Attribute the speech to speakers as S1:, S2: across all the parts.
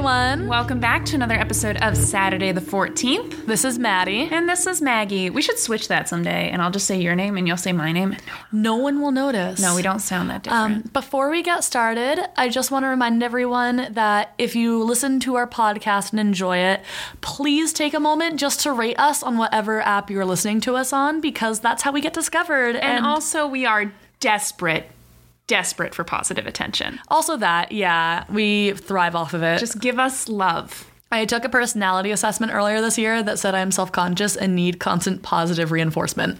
S1: Welcome back to another episode of Saturday the 14th.
S2: This is Maddie.
S1: And this is Maggie. We should switch that someday, and I'll just say your name and you'll say my name.
S2: No one will notice.
S1: No, we don't sound that different.
S2: Um, before we get started, I just want to remind everyone that if you listen to our podcast and enjoy it, please take a moment just to rate us on whatever app you're listening to us on because that's how we get discovered.
S1: and, also, we are desperate, desperate for positive attention.
S2: also that, yeah, we thrive off of it.
S1: Just give us love.
S2: I took a personality assessment earlier this year that said I'm self conscious and need constant positive reinforcement.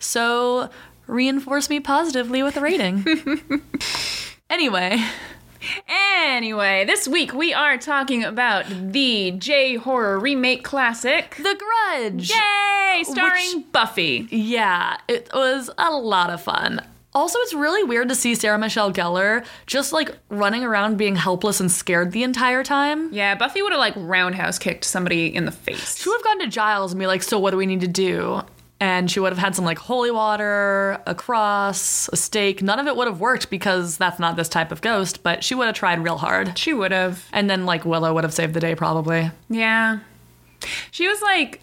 S2: So reinforce me positively with a rating. anyway,
S1: Anyway, this week we are talking about the J horror remake classic.
S2: The Grudge.
S1: Yay! Starring Buffy.
S2: Yeah, it was a lot of fun. Also, it's really weird to see Sarah Michelle Gellar just like running around being helpless and scared the entire time.
S1: Yeah, Buffy would have like roundhouse kicked somebody in the face.
S2: She would have gone to Giles and be like, "So what do we need to do?" And she would have had some like holy water, a cross, a stake. None of it would have worked because that's not this type of ghost. But she would have tried real hard.
S1: She would have.
S2: And then like Willow would have saved the day probably.
S1: Yeah. She was like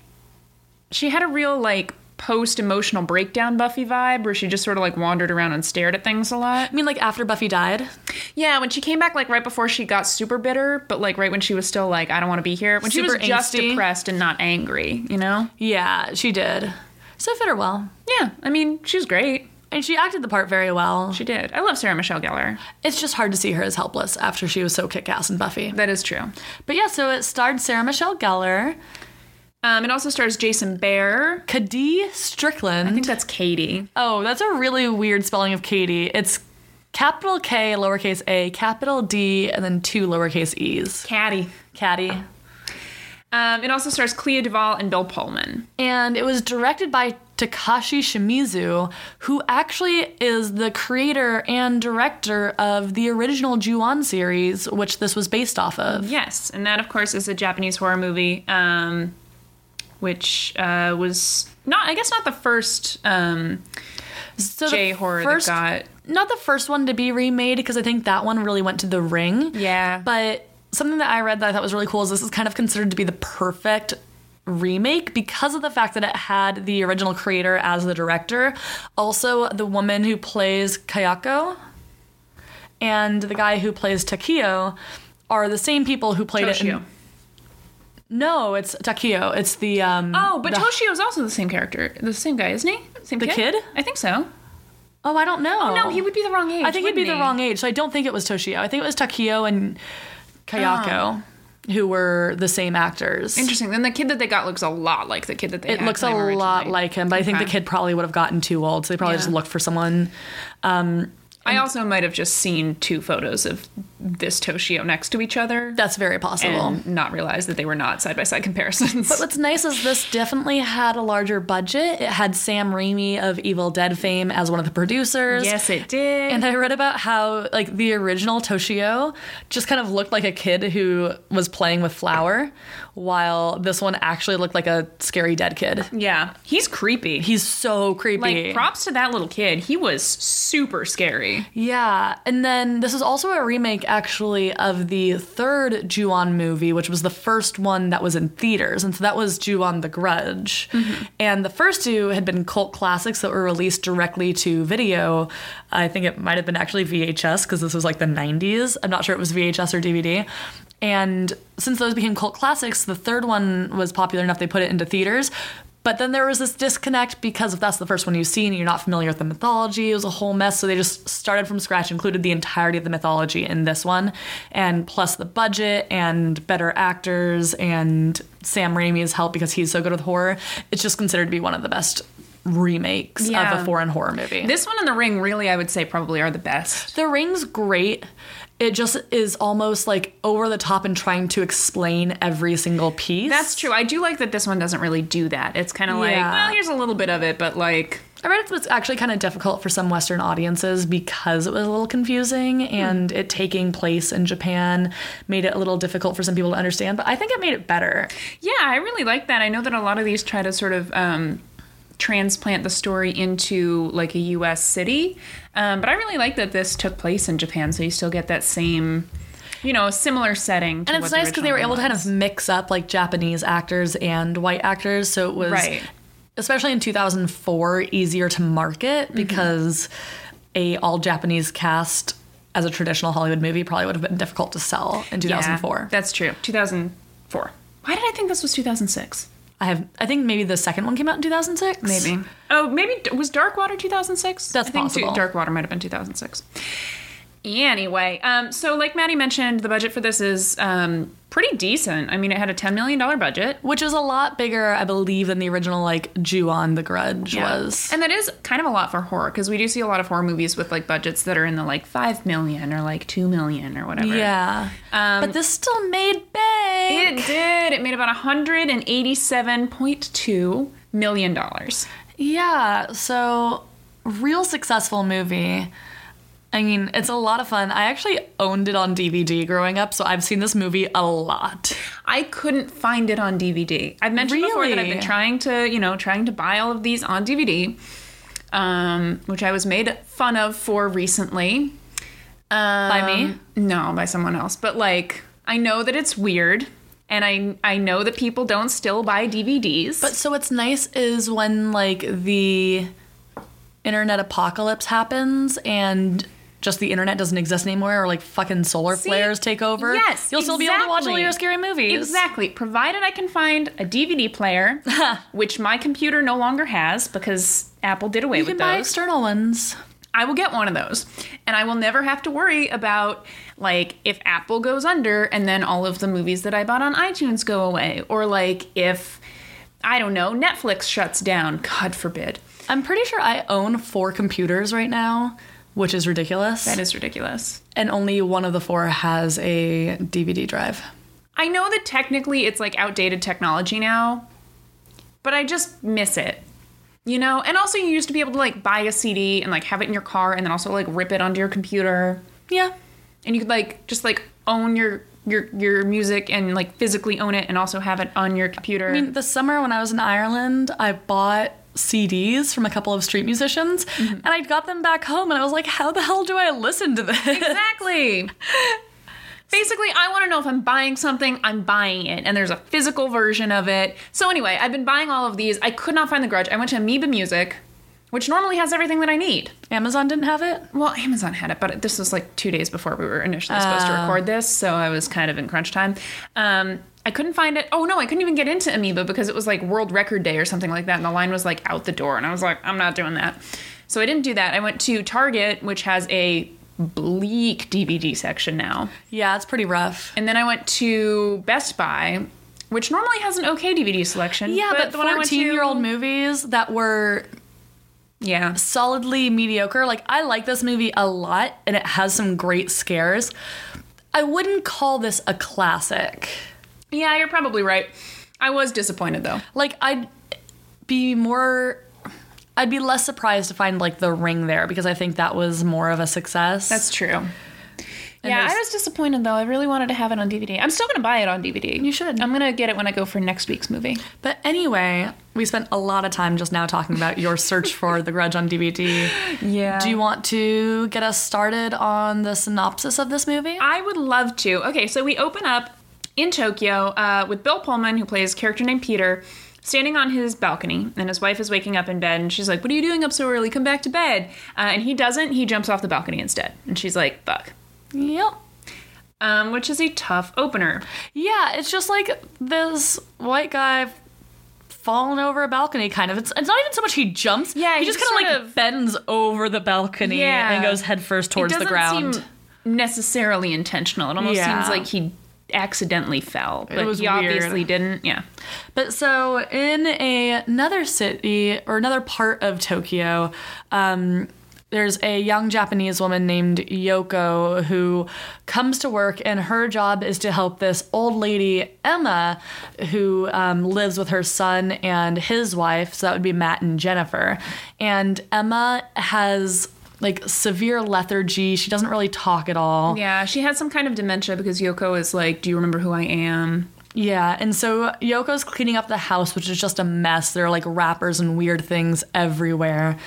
S1: she had a real like post emotional breakdown Buffy vibe where she just sort of like wandered around and stared at things a lot.
S2: I mean, like after Buffy died,
S1: Yeah, when she came back like right before she got super bitter, but like right when she was still like I don't want to be here. When she
S2: Super
S1: was just
S2: angsty.
S1: depressed and not angry, you know?
S2: yeah, she did. So it fit her well,
S1: Yeah, I mean, she's great.
S2: and she acted the part very well.
S1: She did. I love Sarah Michelle Gellar.
S2: It's just hard to see her as helpless after she was so kick ass in Buffy.
S1: That is true.
S2: But yeah, so it starred Sarah Michelle Gellar,
S1: Um, it also stars Jason Bear.
S2: Kadi Strickland.
S1: I think that's Katie.
S2: oh, that's a really weird spelling of Katie. It's capital K, lowercase a, capital D, and then two lowercase e's.
S1: Caddy.
S2: Caddy.
S1: Um, it also stars Clea Duvall and Bill Pullman.
S2: And it was directed by Takashi Shimizu, who actually is the creator and director of the original Ju-on series, which this was based off of.
S1: Yes, and that of course is a Japanese horror movie, um, which uh, was not, I guess, not the first um,
S2: So
S1: J horror that
S2: first-
S1: got.
S2: not the first one to be remade because I think that one really went to the ring.
S1: Yeah, but
S2: But something that I read that I thought was really cool is this is kind of considered to be the perfect remake because of the fact that it had the original creator as the director, also the woman who plays Kayako and the guy who plays Takio are the same people who played it.
S1: Toshio.
S2: In, no, it's Takio. It's the um
S1: Oh, but
S2: the-
S1: Toshio is also the same character, the same guy, isn't he? Same
S2: The kid?
S1: I think so.
S2: Oh, I don't know.
S1: No, he would be the wrong age.
S2: I think he'd be
S1: wouldn't
S2: the wrong age. So I don't think it was Toshio. I think it was Takio and Kayako, who were the same actors.
S1: Oh. Interesting. Then the kid that they got looks a lot like the kid that they.
S2: It
S1: had
S2: looks a
S1: when they were
S2: lot
S1: originally.
S2: like him, but I think the
S1: Okay.
S2: kid probably would have gotten too old, so they probably just
S1: Yeah.
S2: looked for someone.
S1: I also might have just seen two photos of this Toshio next to each other
S2: That's very possible.
S1: and not realized that they were not side by side comparisons.
S2: But what's nice is this definitely had a larger budget. It had Sam Raimi of Evil Dead fame as one of the producers.
S1: yes, it did.
S2: And I read about how like the original Toshio just kind of looked like a kid who was playing with flour, while this one actually looked like a scary dead kid.
S1: yeah, he's creepy.
S2: He's so creepy.
S1: Like props to that little kid. He was super scary.
S2: yeah. And then this is also a remake actually of the third Ju-on movie, which was the first one that was in theaters. And so that was Ju-on The Grudge. And the first two had been cult classics that were released directly to video. I think it might have been actually VHS because this was like the 90s. I'm not sure it was VHS or DVD. And since those became cult classics, the third one was popular enough they put it into theaters. But then there was this disconnect because if that's the first one you've seen, you're not familiar with the mythology. It was a whole mess. So they just started from scratch, included the entirety of the mythology in this one, and plus the budget and better actors and Sam Raimi's help because he's so good with horror. It's just considered to be one of the best remakes of
S1: Yeah.
S2: a foreign horror movie.
S1: This one and the ring really I would say probably are the best.
S2: The ring's great. It just is almost like over the top and trying to explain every single piece.
S1: That's true. I do like that this one doesn't really do that. It's kind of like,
S2: Yeah.
S1: well, here's a little bit of it, but like
S2: I read it was actually kind of difficult for some Western audiences because it was a little confusing
S1: Hmm.
S2: and it taking place in Japan made it a little difficult for some people to understand. But I think it made it better.
S1: Yeah, I really like that. I know that a lot of these try to sort of um, transplant the story into like a U.S. city, um, but I really like that this took place in Japan, so you still get that same you know, a similar setting. To
S2: And it's
S1: what the
S2: nice because they were
S1: original
S2: able to
S1: one
S2: kind of
S1: was.
S2: mix up like Japanese actors and white actors. So it was,
S1: Right.
S2: especially in 2004, easier to market
S1: Mm-hmm.
S2: because a all Japanese cast as a traditional Hollywood movie probably would have been difficult to sell in
S1: Yeah,
S2: 2004.
S1: that's true. 2004. Why did I think this was 2006?
S2: I have, I think maybe the second one came out in 2006.
S1: Maybe. Oh, maybe was Darkwater 2006?
S2: That's
S1: I think
S2: possible.
S1: Darkwater might have been 2006. Anyway, um, so like Maddie mentioned, the budget for this is um, pretty decent. I mean, it had a $10 million budget.
S2: Which is a lot bigger, I believe, than the original like Ju-on The Grudge was.
S1: And that is kind of a lot for horror because we do see a lot of horror movies with like budgets that are in the like 5 million or like 2 million or whatever.
S2: yeah. but this still made bank.
S1: Um, It did. It made about $187.2 million.
S2: Yeah, so real successful movie. I mean, it's a lot of fun. I actually owned it on DVD growing up, so I've seen this movie a lot.
S1: I couldn't find it on DVD. I've mentioned before that I've been
S2: Really?
S1: trying to, you know, trying to buy all of these on DVD, um, which I was made fun of for recently. Um,
S2: By me?
S1: No, by someone else. But like, I know that it's weird, and I I know that people don't still buy DVDs.
S2: But so what's nice is when like the internet apocalypse happens and just the internet doesn't exist anymore or like fucking solar flares take over.
S1: yes,
S2: You'll still be able to watch all
S1: exactly.
S2: your scary movies.
S1: Exactly. Provided I can find a DVD player, which my computer no longer has because Apple did away
S2: You
S1: with
S2: can
S1: those.
S2: buy external ones.
S1: I will get one of those. And I will never have to worry about like if Apple goes under and then all of the movies that I bought on iTunes go away or like if I don't know, Netflix shuts down, god forbid.
S2: I'm pretty sure I own four computers right now, which is ridiculous.
S1: That is ridiculous.
S2: and only one of the four has a DVD drive.
S1: I know that technically it's like outdated technology now, but I just miss it. You know, and also you used to be able to like buy a CD and like have it in your car and then also like rip it onto your computer.
S2: Yeah.
S1: and you could like just like own your your your music and like physically own it and also have it on your computer.
S2: I mean, this summer when I was in Ireland, I bought CDs from a couple of street musicians
S1: Mm-hmm.
S2: and I got them back home and I was like, how the hell do I listen to this?
S1: exactly. Basically, I want to know if I'm buying something, I'm buying it, and there's a physical version of it. So anyway, I've been buying all of these. I could not find the grudge. I went to Amoeba Music, which normally has everything that I need.
S2: Amazon didn't have it?
S1: Well, Amazon had it, but this was like two days before we were initially supposed to
S2: Oh.
S1: record this, so I was kind of in crunch time. Um, I couldn't find it. Oh no, I couldn't even get into Amoeba because it was like World Record Day or something like that, and the line was like out the door, and I was like, I'm not doing that. So I didn't do that. I went to Target, which has a bleak DVD section now,
S2: Yeah, it's pretty rough.
S1: and then I went to Best Buy, which normally has an okay DVD selection.
S2: Yeah, but,
S1: the one I went to-
S2: 14 year old movies that were
S1: yeah,
S2: solidly mediocre. Like, I like this movie a lot and it has some great scares. I wouldn't call this a classic.
S1: yeah, you're probably right. I was disappointed though.
S2: like I'd be more I'd be less surprised to find like the ring there because I think that was more of a success.
S1: That's true. yeah,
S2: there's-
S1: I was disappointed though. I really wanted to have it on DVD. I'm still going to buy it on DVD.
S2: You should.
S1: I'm going to get it when I go for next week's movie.
S2: but anyway, we spent a lot of time just now talking about your search for The Grudge on DVD.
S1: Yeah.
S2: Do you want to get us started on the synopsis of this movie?
S1: I would love to. Okay, so we open up in Tokyo uh, with Bill Pullman, who plays a character named Peter, standing on his balcony, and his wife is waking up in bed, and she's like, "What are you doing up so early? Come back to bed." Uh, and he doesn't. He jumps off the balcony instead, and she's like, "Fuck,"
S2: Yep.
S1: um, which is a tough opener.
S2: Yeah, it's just like this white guy falling over a balcony kind of. It's it's not even so much he jumps.
S1: Yeah,
S2: he,
S1: he
S2: just
S1: just
S2: kind
S1: sort
S2: of like
S1: of-
S2: bends over the balcony
S1: Yeah.
S2: and goes headfirst towards
S1: it
S2: the
S1: doesn't
S2: ground.
S1: seem necessarily intentional. It almost
S2: Yeah.
S1: seems like he accidentally fell, but
S2: was
S1: he
S2: weird.
S1: obviously didn't. Yeah.
S2: But so in a, another city or another part of Tokyo, um, there's a young Japanese woman named Yoko who comes to work, and her job is to help this old lady, Emma, who um, lives with her son and his wife. So that would be Matt and Jennifer. And Emma has like severe lethargy. She doesn't really talk at all.
S1: Yeah, she had some kind of dementia because Yoko is like, "Do you remember who I am?"
S2: Yeah, and so Yoko's cleaning up the house, which is just a mess. There are like wrappers and weird things everywhere.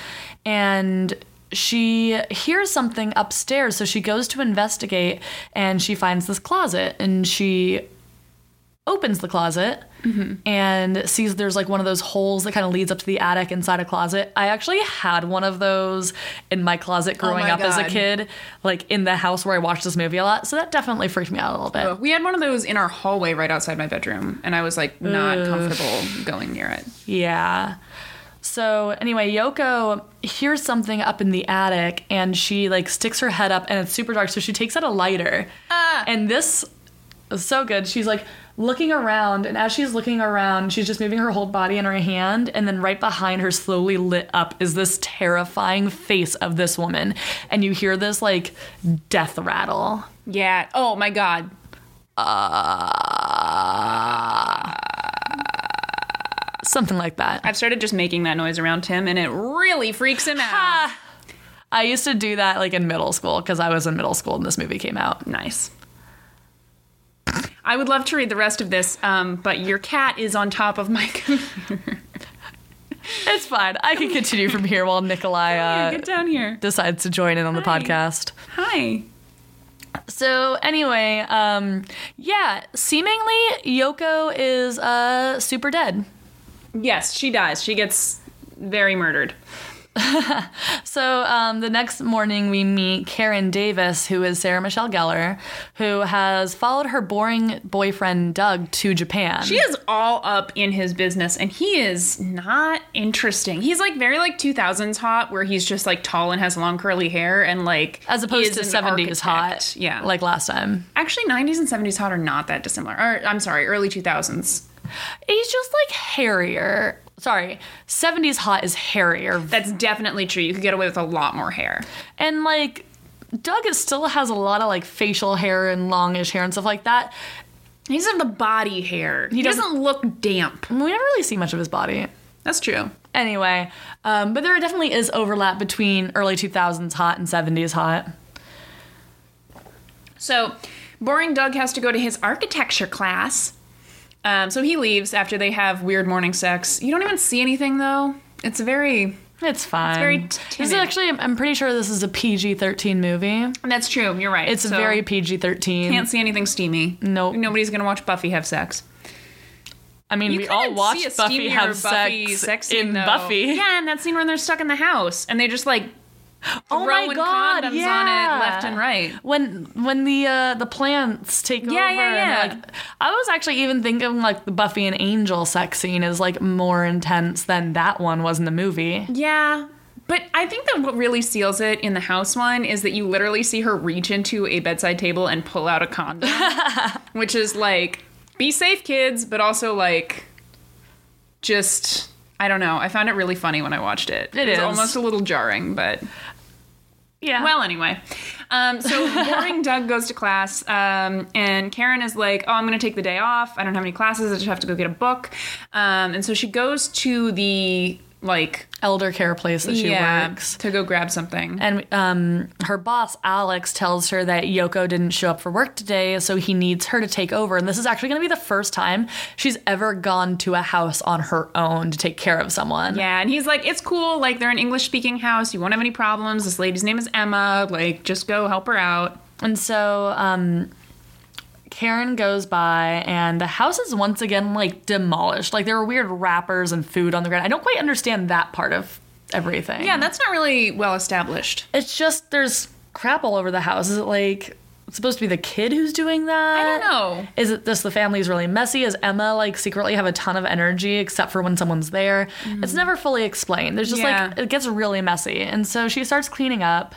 S2: And she hears something upstairs, so she goes to investigate and she finds this closet and she opens the closet
S1: Mm-hmm.
S2: and sees there's like one of those holes that kind of leads up to the attic inside a closet. I actually had one of those in my closet growing
S1: Oh my
S2: up as a
S1: God.
S2: kid, like in the house where I watched this movie a lot. So that definitely freaked me out a little bit.
S1: We had one of those in our hallway right outside my bedroom, and I was like not comfortable going near it.
S2: Yeah. So anyway, Yoko hears something up in the attic and she like sticks her head up and it's super dark, so she takes out a lighter.
S1: Ah.
S2: And this is so good. She's like looking around and as she's looking around, she's just moving her whole body in her hand and then right behind her slowly lit up is this terrifying face of this woman and you hear this like death rattle.
S1: Yeah. Oh my God.
S2: Ah. Something like that.
S1: I've started just making that noise around Tim, and it really freaks him out.
S2: Ah. I used to do that like in middle school because I was in middle school when this movie came out.
S1: Nice. I would love to read the rest of this, um, but your cat is on top of my computer.
S2: It's fine. I can continue from here while Nikolai uh,
S1: Get down here.
S2: decides to join in on the
S1: Hi.
S2: podcast.
S1: Hi.
S2: So anyway, um, yeah, seemingly Yoko is uh, super dead.
S1: Yes, she dies. She gets very murdered.
S2: So um, the next morning, we meet Karen Davis, who is Sarah Michelle Gellar, who has followed her boring boyfriend Doug to Japan.
S1: She is all up in his business, and he is not interesting. He's like very like 2000s hot, where he's just like tall and has long curly hair, and like
S2: as opposed
S1: is
S2: to
S1: an
S2: 70s hot,
S1: architect. Yeah,
S2: like last time.
S1: actually 90s and 70s hot are not that dissimilar. Or I'm sorry, early 2000s.
S2: He's just like hairier. Sorry, 70s hot is hairier,
S1: That's definitely true. You could get away with a lot more hair.
S2: And like Doug is still has a lot of like facial hair and longish hair and stuff like that.
S1: He doesn't have the body hair. He,
S2: doesn't-
S1: doesn't, look damp.
S2: We never really see much of his body.
S1: That's true.
S2: Anyway, um, but there definitely is overlap between early 2000s hot and 70s hot.
S1: So, boring Doug has to go to his architecture class. Um, so he leaves after they have weird morning sex. You don't even see anything though. It's very.
S2: It's fine.
S1: very
S2: this is
S1: timid.
S2: actually, I'm pretty sure this is a PG 13 movie.
S1: That's true. You're right.
S2: It's
S1: So,
S2: very PG 13.
S1: Can't see anything steamy.
S2: Nope.
S1: Nobody's gonna watch Buffy have sex.
S2: I mean,
S1: You
S2: we
S1: couldn't
S2: all
S1: see a
S2: watched Buffy
S1: steamier
S2: have
S1: Buffy
S2: sex
S1: sex scene,
S2: in
S1: though.
S2: Buffy.
S1: Yeah, and that scene when they're stuck in the house and they just like
S2: Oh my
S1: throwing
S2: god!
S1: condoms on it
S2: yeah.
S1: left and right.
S2: When when the uh, the plants take over.
S1: yeah, yeah.
S2: And they're like, I was actually even thinking like the Buffy and Angel sex scene is like more intense than that one was in the movie.
S1: Yeah. But I think that what really seals it in the house one is that you literally see her reach into a bedside table and pull out a condom, which is like, be safe, kids, but also like, just, I don't know. I found it really funny when I watched it. it
S2: It
S1: was
S2: is.
S1: almost a little jarring, but.
S2: Yeah.
S1: Well, anyway, um, so boring Doug goes to class, um, and Karen is like, "Oh, I'm going to take the day off. I don't have any classes. I just have to go get a book." Um, and so she goes to the like
S2: elder care place that she works.
S1: to go grab something.
S2: And um, her boss Alex tells her that Yoko didn't show up for work today, so he needs her to take over. And this is actually going to be the first time she's ever gone to a house on her own to take care of someone.
S1: yeah, and he's like, "It's cool. Like they're an English speaking house. You won't have any problems. This lady's name is Emma. Like just go help her out."
S2: And so um, Karen goes by, and the house is once again like demolished. Like there were weird wrappers and food on the ground. I don't quite understand that part of everything.
S1: Yeah, that's not really well established.
S2: it's just there's crap all over the house. Is it like supposed to be the kid who's doing that?
S1: I don't know.
S2: Is it just the family's really messy? Is Emma like secretly have a ton of energy except for when someone's there? It's never fully explained. There's just
S1: Mm-hmm. Yeah.
S2: like it gets really messy. And so she starts cleaning up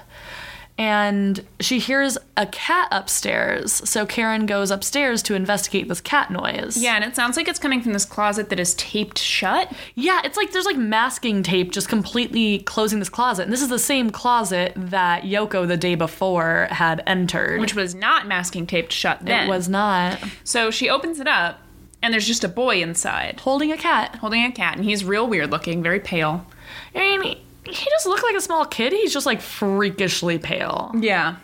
S2: and she hears a cat upstairs. So Karen goes upstairs to investigate this cat noise.
S1: Yeah, and it sounds like it's coming from this closet that is taped shut.
S2: Yeah, it's like there's like masking tape just completely closing this closet. And this is the same closet that Yoko the day before had entered.
S1: Which was not masking taped shut then.
S2: it was not.
S1: So she opens it up, and there's just a boy inside
S2: Holding a cat.
S1: holding a cat, and he's real weird looking, very pale.
S2: I mean, he- he just looked like a small kid. He's just like freakishly pale
S1: Yeah.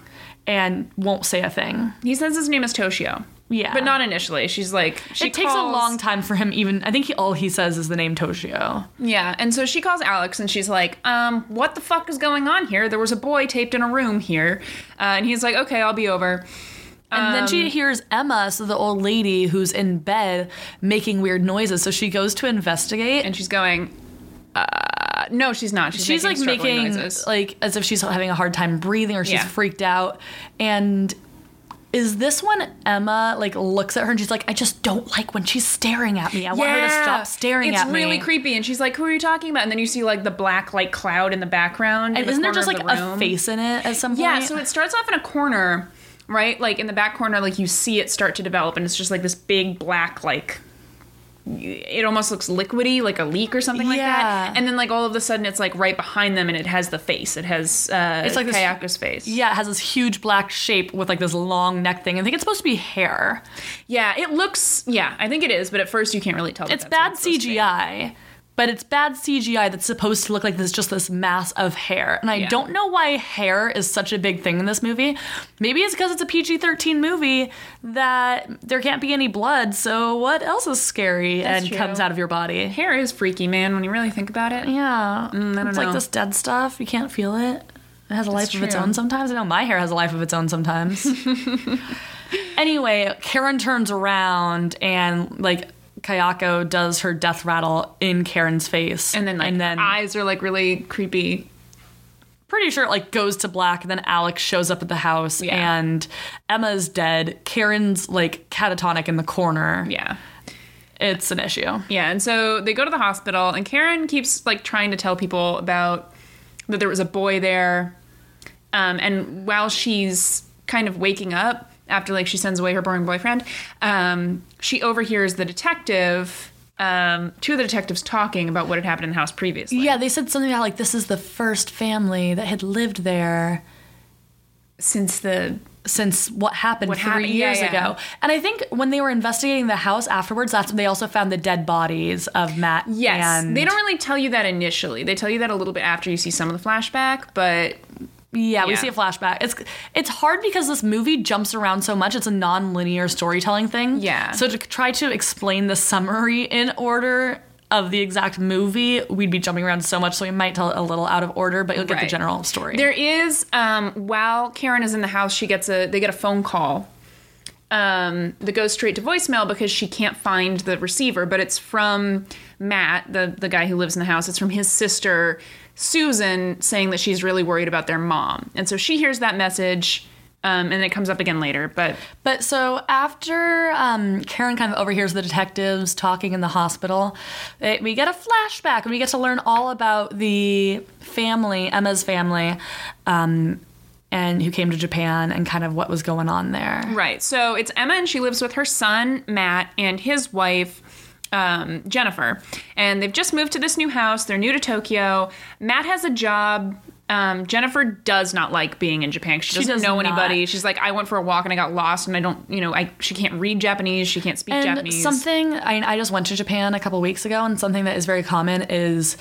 S2: and won't say a thing.
S1: He says his name is Toshio.
S2: Yeah.
S1: but not initially. She's like she
S2: it takes
S1: calls-
S2: a long time for him even I think he, all he says is the name Toshio.
S1: Yeah, and so she calls Alex and she's like, um, what the fuck is going on here? There was a boy taped in a room here. Uh, and he's like, okay, I'll be over.
S2: And then she hears Emma, so the old lady who's in bed making weird noises. So she goes to investigate.
S1: And she's going, uh, no, she's not. She's,
S2: she's like
S1: struggling
S2: making
S1: noises.
S2: like as if she's having a hard time breathing or she's
S1: Yeah.
S2: freaked out and is this when Emma like looks at her and she's like, I just don't like when she's staring at me. I want her to stop staring
S1: it's
S2: at me.
S1: really creepy. And she's like, who are you talking about? And then you see like the black like cloud in the background. in
S2: And
S1: the
S2: isn't there
S1: corner
S2: just like
S1: of the
S2: a
S1: room.
S2: face in it at some point?
S1: Yeah, so it starts off in a corner, right? Like in the back corner, like you see it start to develop, and it's just like this big black, like it almost looks liquidy, like a leak or something like
S2: Yeah.
S1: that. And then like all of a sudden, it's like right behind them, and it has the face. It has uh,
S2: It's like this-
S1: Kayako's face.
S2: yeah, it has this huge black shape with like this long neck thing. I think it's supposed to be hair.
S1: yeah, it looks. Yeah, I think it is, but at first you can't really tell. that
S2: It's
S1: that's what
S2: bad
S1: supposed to be.
S2: CGI, but it's bad CGI that's supposed to look like this just this mass of hair. And I
S1: Yeah.
S2: don't know why hair is such a big thing in this movie. Maybe it's because it's a PG 13 movie that there can't be any blood, so what else is scary
S1: That's
S2: and
S1: true.
S2: comes out of your body?
S1: Hair is freaky, man. When you really think about it.
S2: Yeah.
S1: I don't
S2: it's
S1: know.
S2: like this dead stuff. You can't feel it. It has a life of its
S1: true.
S2: own sometimes. I know my hair has a life of its own sometimes. anyway, Karen turns around and like Kayako does her death rattle in Karen's face.
S1: And then like
S2: and then
S1: eyes are like really creepy.
S2: pretty sure it like goes to black and then Alex shows up at the house
S1: Yeah.
S2: and Emma's dead. Karen's like catatonic in the corner.
S1: Yeah.
S2: It's an issue.
S1: Yeah, and so they go to the hospital, and Karen keeps like trying to tell people about that there was a boy there. Um, and while she's kind of waking up after like she sends away her boring boyfriend, um, she overhears the detective, um, two of the detectives talking about what had happened in the house previously.
S2: Yeah, they said something about like this is the first family that had lived there.
S1: Since the
S2: since what happened
S1: What
S2: three
S1: happened- yeah,
S2: years
S1: yeah.
S2: ago. And I think when they were investigating the house afterwards, that's when they also found the dead bodies of Matt.
S1: yes,
S2: and,
S1: they don't really tell you that initially. They tell you that a little bit after you see some of the flashback, but
S2: Yeah, we
S1: yeah.
S2: see a flashback. It's it's hard because this movie jumps around so much. It's a non-linear storytelling thing.
S1: Yeah.
S2: So to try to explain the summary in order of the exact movie, we'd be jumping around so much, so we might tell it a little out of order, but you'll get the
S1: Right.
S2: general story.
S1: There is um, while Karen is in the house, she gets a they get a phone call um, that goes straight to voicemail because she can't find the receiver, but it's from Matt, the the guy who lives in the house. It's from his sister Susan saying that she's really worried about their mom, and so she hears that message. Um, and it comes up again later, but
S2: But so after um, Karen kind of overhears the detectives talking in the hospital, it, we get a flashback and we get to learn all about the family, Emma's family, um, and who came to Japan and kind of what was going on there.
S1: right. So it's Emma, and she lives with her son Matt and his wife um, Jennifer, and they've just moved to this new house. They're new to Tokyo. Matt has a job. Um, Jennifer does not like being in Japan. 'cause She doesn't
S2: does
S1: know
S2: not.
S1: anybody. She's like, I went for a walk and I got lost, and I don't, you know, I she can't read Japanese. She can't speak
S2: And
S1: Japanese.
S2: something I, I just went to Japan a couple weeks ago, and something that is very common is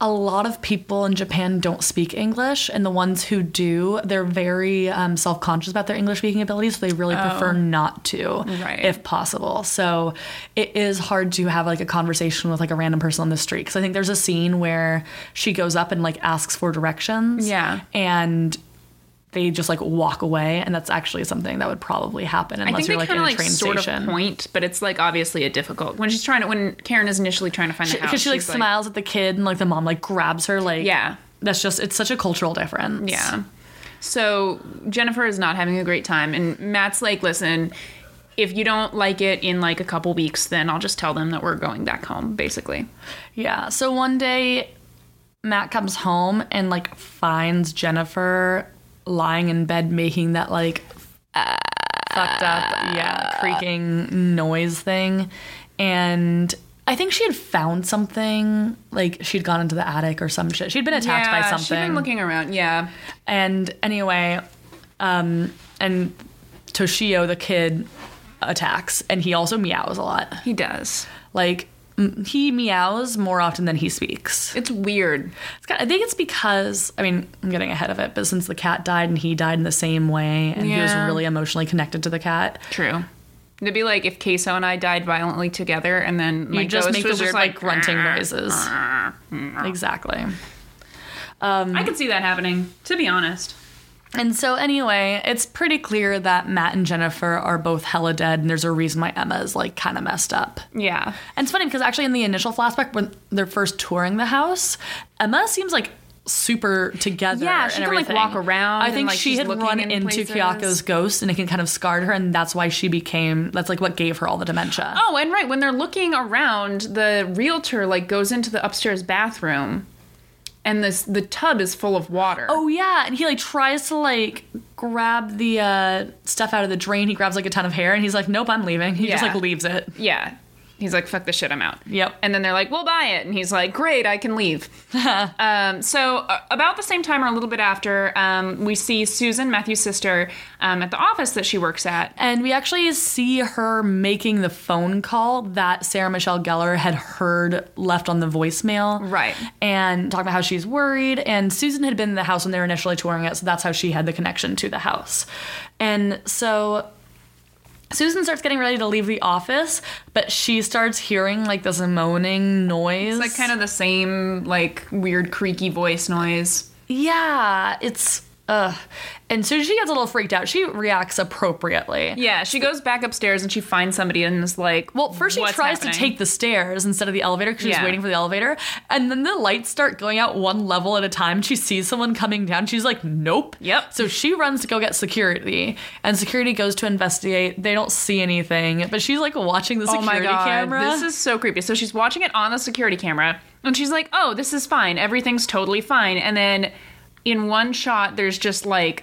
S2: a lot of people in Japan don't speak English, and the ones who do, they're very um, self conscious about their English speaking ability, so they really prefer not to,
S1: Oh. Right.
S2: if possible. So it is hard to have like a conversation with like a random person on the street because I think there's a scene where she goes up and like asks for directions,
S1: Yeah.
S2: and they just like walk away, and that's actually something that would probably happen
S1: I think
S2: unless
S1: they
S2: you're like in
S1: kind
S2: a
S1: of like
S2: train
S1: sort
S2: station.
S1: of point, but it's like obviously a difficult when she's trying to when Karen is initially trying to find the house.
S2: because she like
S1: she's
S2: smiles at the kid and like the mom like grabs her like
S1: Yeah.
S2: that's just it's such a cultural difference
S1: Yeah. So Jennifer is not having a great time, and Matt's like, listen, if you don't like it in like a couple weeks, then I'll just tell them that we're going back home, basically.
S2: yeah so one day matt comes home and like finds jennifer lying in bed making that like fucked up yeah creaking noise thing and I think she had found something, like she'd gone into the attic or some shit. She'd been attacked by something.
S1: She's been looking around. Yeah.
S2: And anyway, um, and Toshio, the kid, attacks, and he also meows a lot.
S1: He does.
S2: Like, m- he meows more often than he speaks.
S1: It's weird.
S2: It's kind I think it's because I mean I'm getting ahead of it, but since the cat died and he died in the same way, and he was
S1: Yeah.
S2: really emotionally connected to the cat,
S1: True. It'd be like if Queso and I died violently together, and then my
S2: you just
S1: ghost
S2: make the
S1: was
S2: weird
S1: just
S2: like
S1: like, "Ah."
S2: grunting noises. exactly.
S1: I could see that happening. To be honest,
S2: And so anyway, it's pretty clear that Matt and Jennifer are both hella dead, and there's a reason why Emma is like kind of messed up.
S1: yeah.
S2: And it's funny because actually in the initial flashback when they're first touring the house, Emma seems like super together.
S1: Yeah, she
S2: and
S1: can, like,
S2: everything.
S1: walk around
S2: I
S1: and,
S2: think
S1: like,
S2: she
S1: she's
S2: had
S1: looking
S2: run
S1: in
S2: into
S1: places.
S2: Kyako's ghost and it can kind of scarred her, and that's why she became. That's like what gave her all the dementia.
S1: Oh, and right when they're looking around, the realtor like goes into the upstairs bathroom, and this the tub is full of water.
S2: Oh yeah, and he like tries to like grab the uh, stuff out of the drain. He grabs like a ton of hair, and he's like, "Nope, I'm leaving." He just
S1: Yeah.
S2: like leaves it.
S1: yeah. He's like, fuck this shit, I'm out.
S2: Yep.
S1: And then they're like, we'll buy it. And he's like, great, I can leave. um, so, uh, about the same time or a little bit after, um, we see Susan, Matthew's sister, um, at the office that she works at.
S2: And we actually see her making the phone call that Sarah Michelle Gellar had heard left on the voicemail.
S1: Right.
S2: And talking about how she's worried. And Susan had been in the house when they were initially touring it, so that's how she had the connection to the house. And so Susan starts getting ready to leave the office, but she starts hearing like this moaning noise.
S1: It's like kind of the same, like, weird creaky voice noise.
S2: Yeah, it's. Ugh. And so she gets a little freaked out. She reacts appropriately.
S1: Yeah, she goes back upstairs and she finds somebody and is like,
S2: Well, first she
S1: "What's
S2: tries to
S1: happening?"
S2: take the stairs instead of the elevator because she's
S1: Yeah.
S2: waiting for the elevator. And then the lights start going out one level at a time. She sees someone coming down. She's like, nope.
S1: Yep.
S2: So she runs to go get security. And security goes to investigate. They don't see anything. But she's like watching the
S1: Oh my
S2: security
S1: god,
S2: camera.
S1: this is so creepy. So she's watching it on the security camera, and she's like, "Oh, this is fine. Everything's totally fine." And then, in one shot, there's just like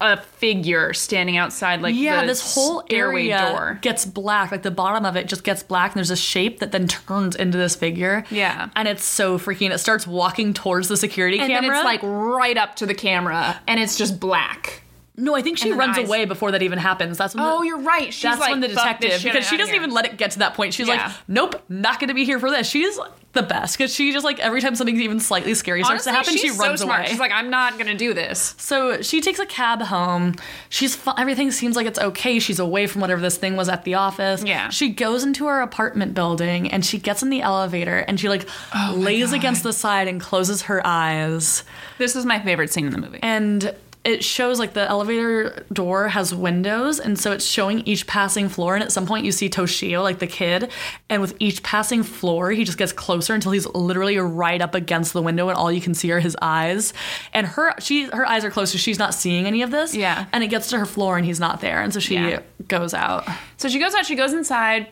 S1: a figure standing outside, like
S2: yeah,
S1: the
S2: this whole
S1: stairway
S2: area
S1: door.
S2: gets black. Like the bottom of it just gets black, and there's a shape that then turns into this figure.
S1: Yeah.
S2: and it's so freaking. It starts walking towards the security
S1: And
S2: camera.
S1: then it's like right up to the camera, and it's just black.
S2: no, I think she
S1: and then
S2: runs
S1: eyes.
S2: away before that even happens. That's when the-
S1: Oh, you're right. She's
S2: that's
S1: like,
S2: when the
S1: "Fuck this
S2: detective
S1: shit,
S2: because
S1: I'm
S2: she
S1: outta
S2: doesn't
S1: here."
S2: even let it get to that point. She's
S1: Yeah.
S2: like, nope, not going to be here for this. She's the best because she just like every time something even slightly scary starts
S1: Honestly,
S2: to happen, she
S1: she's so
S2: runs
S1: smart.
S2: away.
S1: She's like, "I'm not gonna do this."
S2: so she takes a cab home. She's fi- everything seems like it's okay. She's away from whatever this thing was at the office.
S1: Yeah.
S2: She goes into her apartment building and she gets in the elevator and she like
S1: Oh
S2: lays against the side and closes her eyes
S1: This is my favorite scene in the movie.
S2: and it shows like the elevator door has windows and so it's showing each passing floor and at some point you see toshio like the kid and with each passing floor he just gets closer until he's literally right up against the window and all you can see are his eyes and her she her eyes are closed so she's not seeing any of this
S1: Yeah.
S2: and it gets to her floor and he's not there and so she
S1: Yeah.
S2: goes out
S1: So she goes out, she goes inside,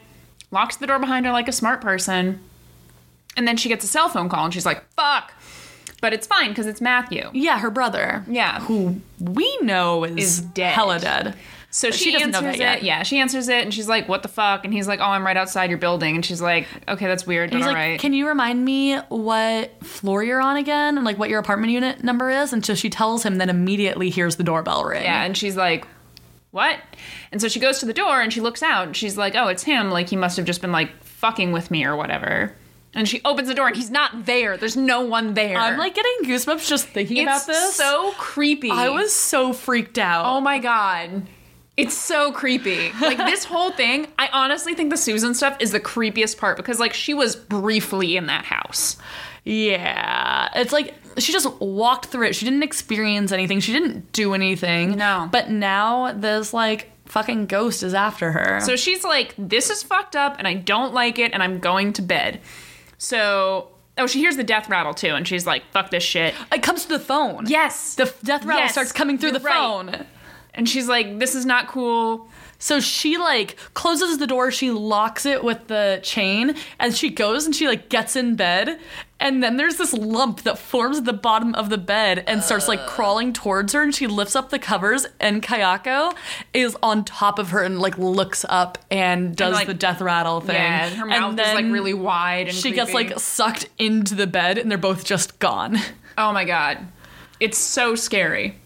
S1: locks the door behind her like a smart person, and then she gets a cell phone call and she's like, fuck. But it's fine because it's Matthew.
S2: yeah her brother
S1: Yeah.
S2: who we know is,
S1: Is dead.
S2: hella dead
S1: So she,
S2: she doesn't know
S1: answers
S2: that yet.
S1: it. Yeah, she answers it and she's like, what the fuck? And he's like, oh, I'm right outside your building. And she's like, okay, that's weird, but
S2: He's
S1: all
S2: like,
S1: right.
S2: "Can you remind me what floor you're on again, and like what your apartment unit number is?" And so she tells him. Then immediately hears the doorbell ring.
S1: yeah, and she's like, what? And so she goes to the door and she looks out and she's like, oh, it's him. Like, he must have just been like fucking with me or whatever. And she opens the door and he's not there. There's no one there.
S2: I'm like getting goosebumps just thinking
S1: it's
S2: about this.
S1: so creepy.
S2: I was so freaked out.
S1: Oh my god. It's so creepy. Like this whole thing, I honestly think the Susan stuff is the creepiest part because like she was briefly in that house.
S2: Yeah, it's like she just walked through it. She didn't experience anything. She didn't do anything.
S1: No.
S2: But now this like fucking ghost is after her.
S1: So she's like, this is fucked up and I don't like it and I'm going to bed. So oh she hears the death rattle too and she's like, fuck this shit.
S2: it comes to the phone.
S1: Yes.
S2: The f- death rattle
S1: Yes,
S2: starts coming through
S1: you're
S2: the
S1: right.
S2: phone.
S1: and she's like, this is not cool.
S2: So she like closes the door, she locks it with the chain, and she goes and she like gets in bed, and then there's this lump that forms at the bottom of the bed and starts like crawling towards her, and she lifts up the covers, and Kayako is on top of her and like looks up and does
S1: like-
S2: the death rattle thing.
S1: Yeah. Her mouth
S2: and
S1: is
S2: then
S1: like really wide and
S2: She gets
S1: creepy.
S2: like sucked into the bed, and they're both just gone.
S1: Oh my god. It's so scary.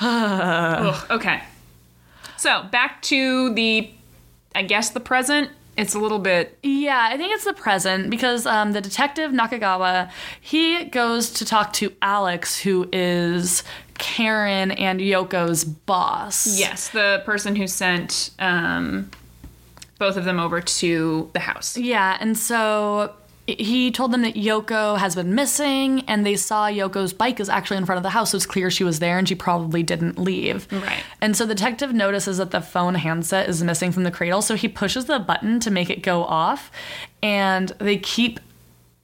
S1: Ugh, okay. So back to the I guess the present. It's a little bit.
S2: Yeah, I think it's the present because um, the detective Nakagawa he goes to talk to Alex, who is Karen and Yoko's boss.
S1: Yes, the person who sent um, both of them over to the house.
S2: Yeah, and so he told them that Yoko has been missing, and they saw Yoko's bike is actually in front of the house, so it's clear she was there and she probably didn't leave.
S1: Right.
S2: And so the detective notices that the phone handset is missing from the cradle, so he pushes the button to make it go off, and they keep.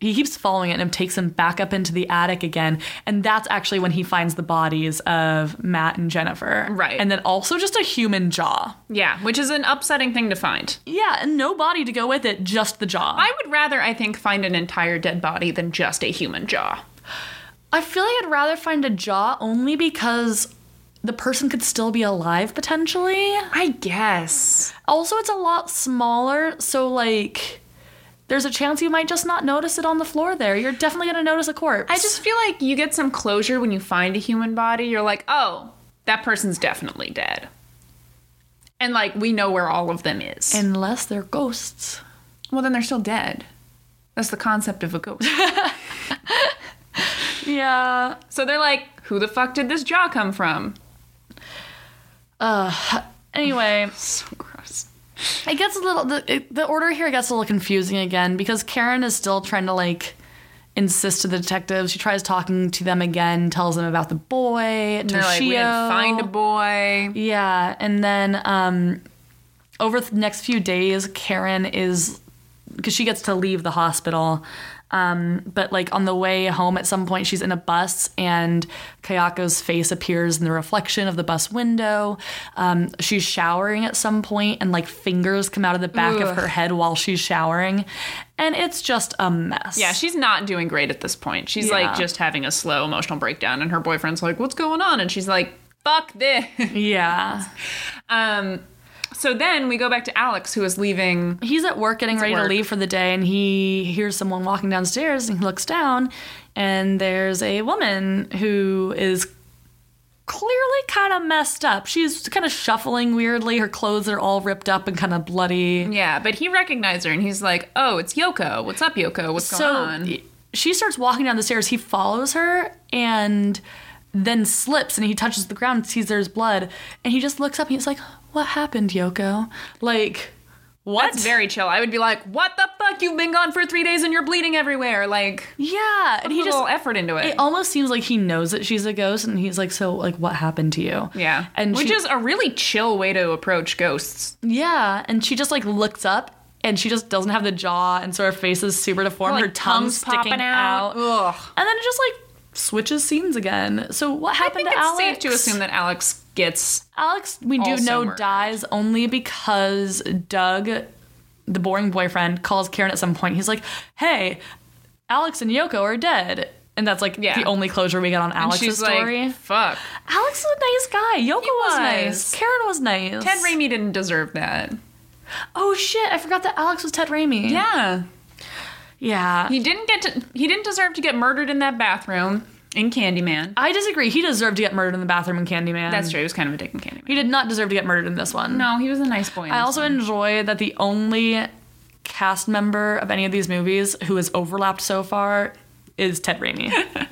S2: He keeps following it and takes him back up into the attic again. And that's actually when he finds the bodies of Matt and Jennifer.
S1: Right.
S2: And then also just a human jaw.
S1: Yeah, which is an upsetting thing to find.
S2: Yeah, and no body to go with it, just the jaw.
S1: I would rather, I think, find an entire dead body than just a human jaw.
S2: I feel like I'd rather find a jaw only because the person could still be alive potentially.
S1: I guess.
S2: Also, it's a lot smaller, so like there's a chance you might just not notice it on the floor there. You're definitely going to notice a corpse.
S1: I just feel like you get some closure when you find a human body. You're like, oh, that person's definitely dead. And like, we know where all of them is.
S2: unless they're ghosts.
S1: well, then they're still dead. That's the concept of a ghost.
S2: Yeah.
S1: so they're like, who the fuck did this jaw come from?
S2: Anyway,
S1: So gross.
S2: it gets a little the, it, the order here gets a little confusing again because Karen is still trying to like insist to the detectives. She tries talking to them again, tells them about the boy,
S1: They're like, we didn't find a boy.
S2: Yeah, and then um, over the next few days, Karen is because she gets to leave the hospital. Um, but like on the way home, at some point, she's in a bus, and Kayako's face appears in the reflection of the bus window. Um, she's showering at some point, and like fingers come out of the back of
S1: Ugh.
S2: her head while she's showering, and it's just a mess.
S1: Yeah, she's not doing great at this point. She's
S2: Yeah.
S1: like just having a slow emotional breakdown, and her boyfriend's like, "What's going on?" And she's like, "Fuck this."
S2: yeah.
S1: um, so then we go back to Alex, who is leaving.
S2: he's at work getting ready to
S1: work.
S2: leave for the day and he hears someone walking downstairs and he looks down and there's a woman who is clearly kind of messed up she's kind of shuffling weirdly her clothes are all ripped up and kind of bloody
S1: Yeah, but he recognized her, and he's like, "Oh, it's Yoko. What's up, Yoko? What's
S2: so
S1: going on?"
S2: she starts walking down the stairs he follows her and then slips and he touches the ground and sees there's blood and he just looks up and he's like what happened yoko like what
S1: That's very chill. I would be like, "What the fuck? You've been gone for three days, and you're bleeding everywhere." Like,
S2: yeah and
S1: he
S2: he
S1: little
S2: just
S1: effort into it.
S2: It almost seems like he knows that she's a ghost, and he's like, "So, like, what happened to you?"
S1: yeah,
S2: and
S1: which
S2: she,
S1: is a really chill way to approach ghosts.
S2: yeah, and she just like looks up, and she just doesn't have the jaw, and so her face is super deformed, her
S1: Like,
S2: tongue's sticking
S1: popping
S2: out,
S1: Ugh.
S2: and then it just like switches scenes again. So, what
S1: I
S2: happened
S1: think it's
S2: to Alex?
S1: safe to assume that Alex gets
S2: Alex, we do
S1: Also
S2: know,
S1: murdered.
S2: dies only because Doug, the boring boyfriend, calls Karen at some point. He's like, "Hey, Alex and Yoko are dead." And that's like
S1: Yeah.
S2: the only closure we get on Alex's
S1: she's
S2: story.
S1: like, fuck.
S2: Alex was a nice guy. Yoko was.
S1: was.
S2: nice. Karen was nice.
S1: Ted Raimi didn't deserve that.
S2: Oh shit! I forgot that Alex was Ted Raimi.
S1: Yeah.
S2: Yeah.
S1: He didn't get to he didn't deserve to get murdered in that bathroom in Candyman.
S2: I disagree. He deserved to get murdered in the bathroom in Candyman.
S1: That's true, he was kind of a dick in Candyman.
S2: He did not deserve to get murdered in this one.
S1: No, he was a nice boy. in
S2: I
S1: this
S2: also enjoy that the only cast member of any of these movies who has overlapped so far is Ted Raimi.
S1: one.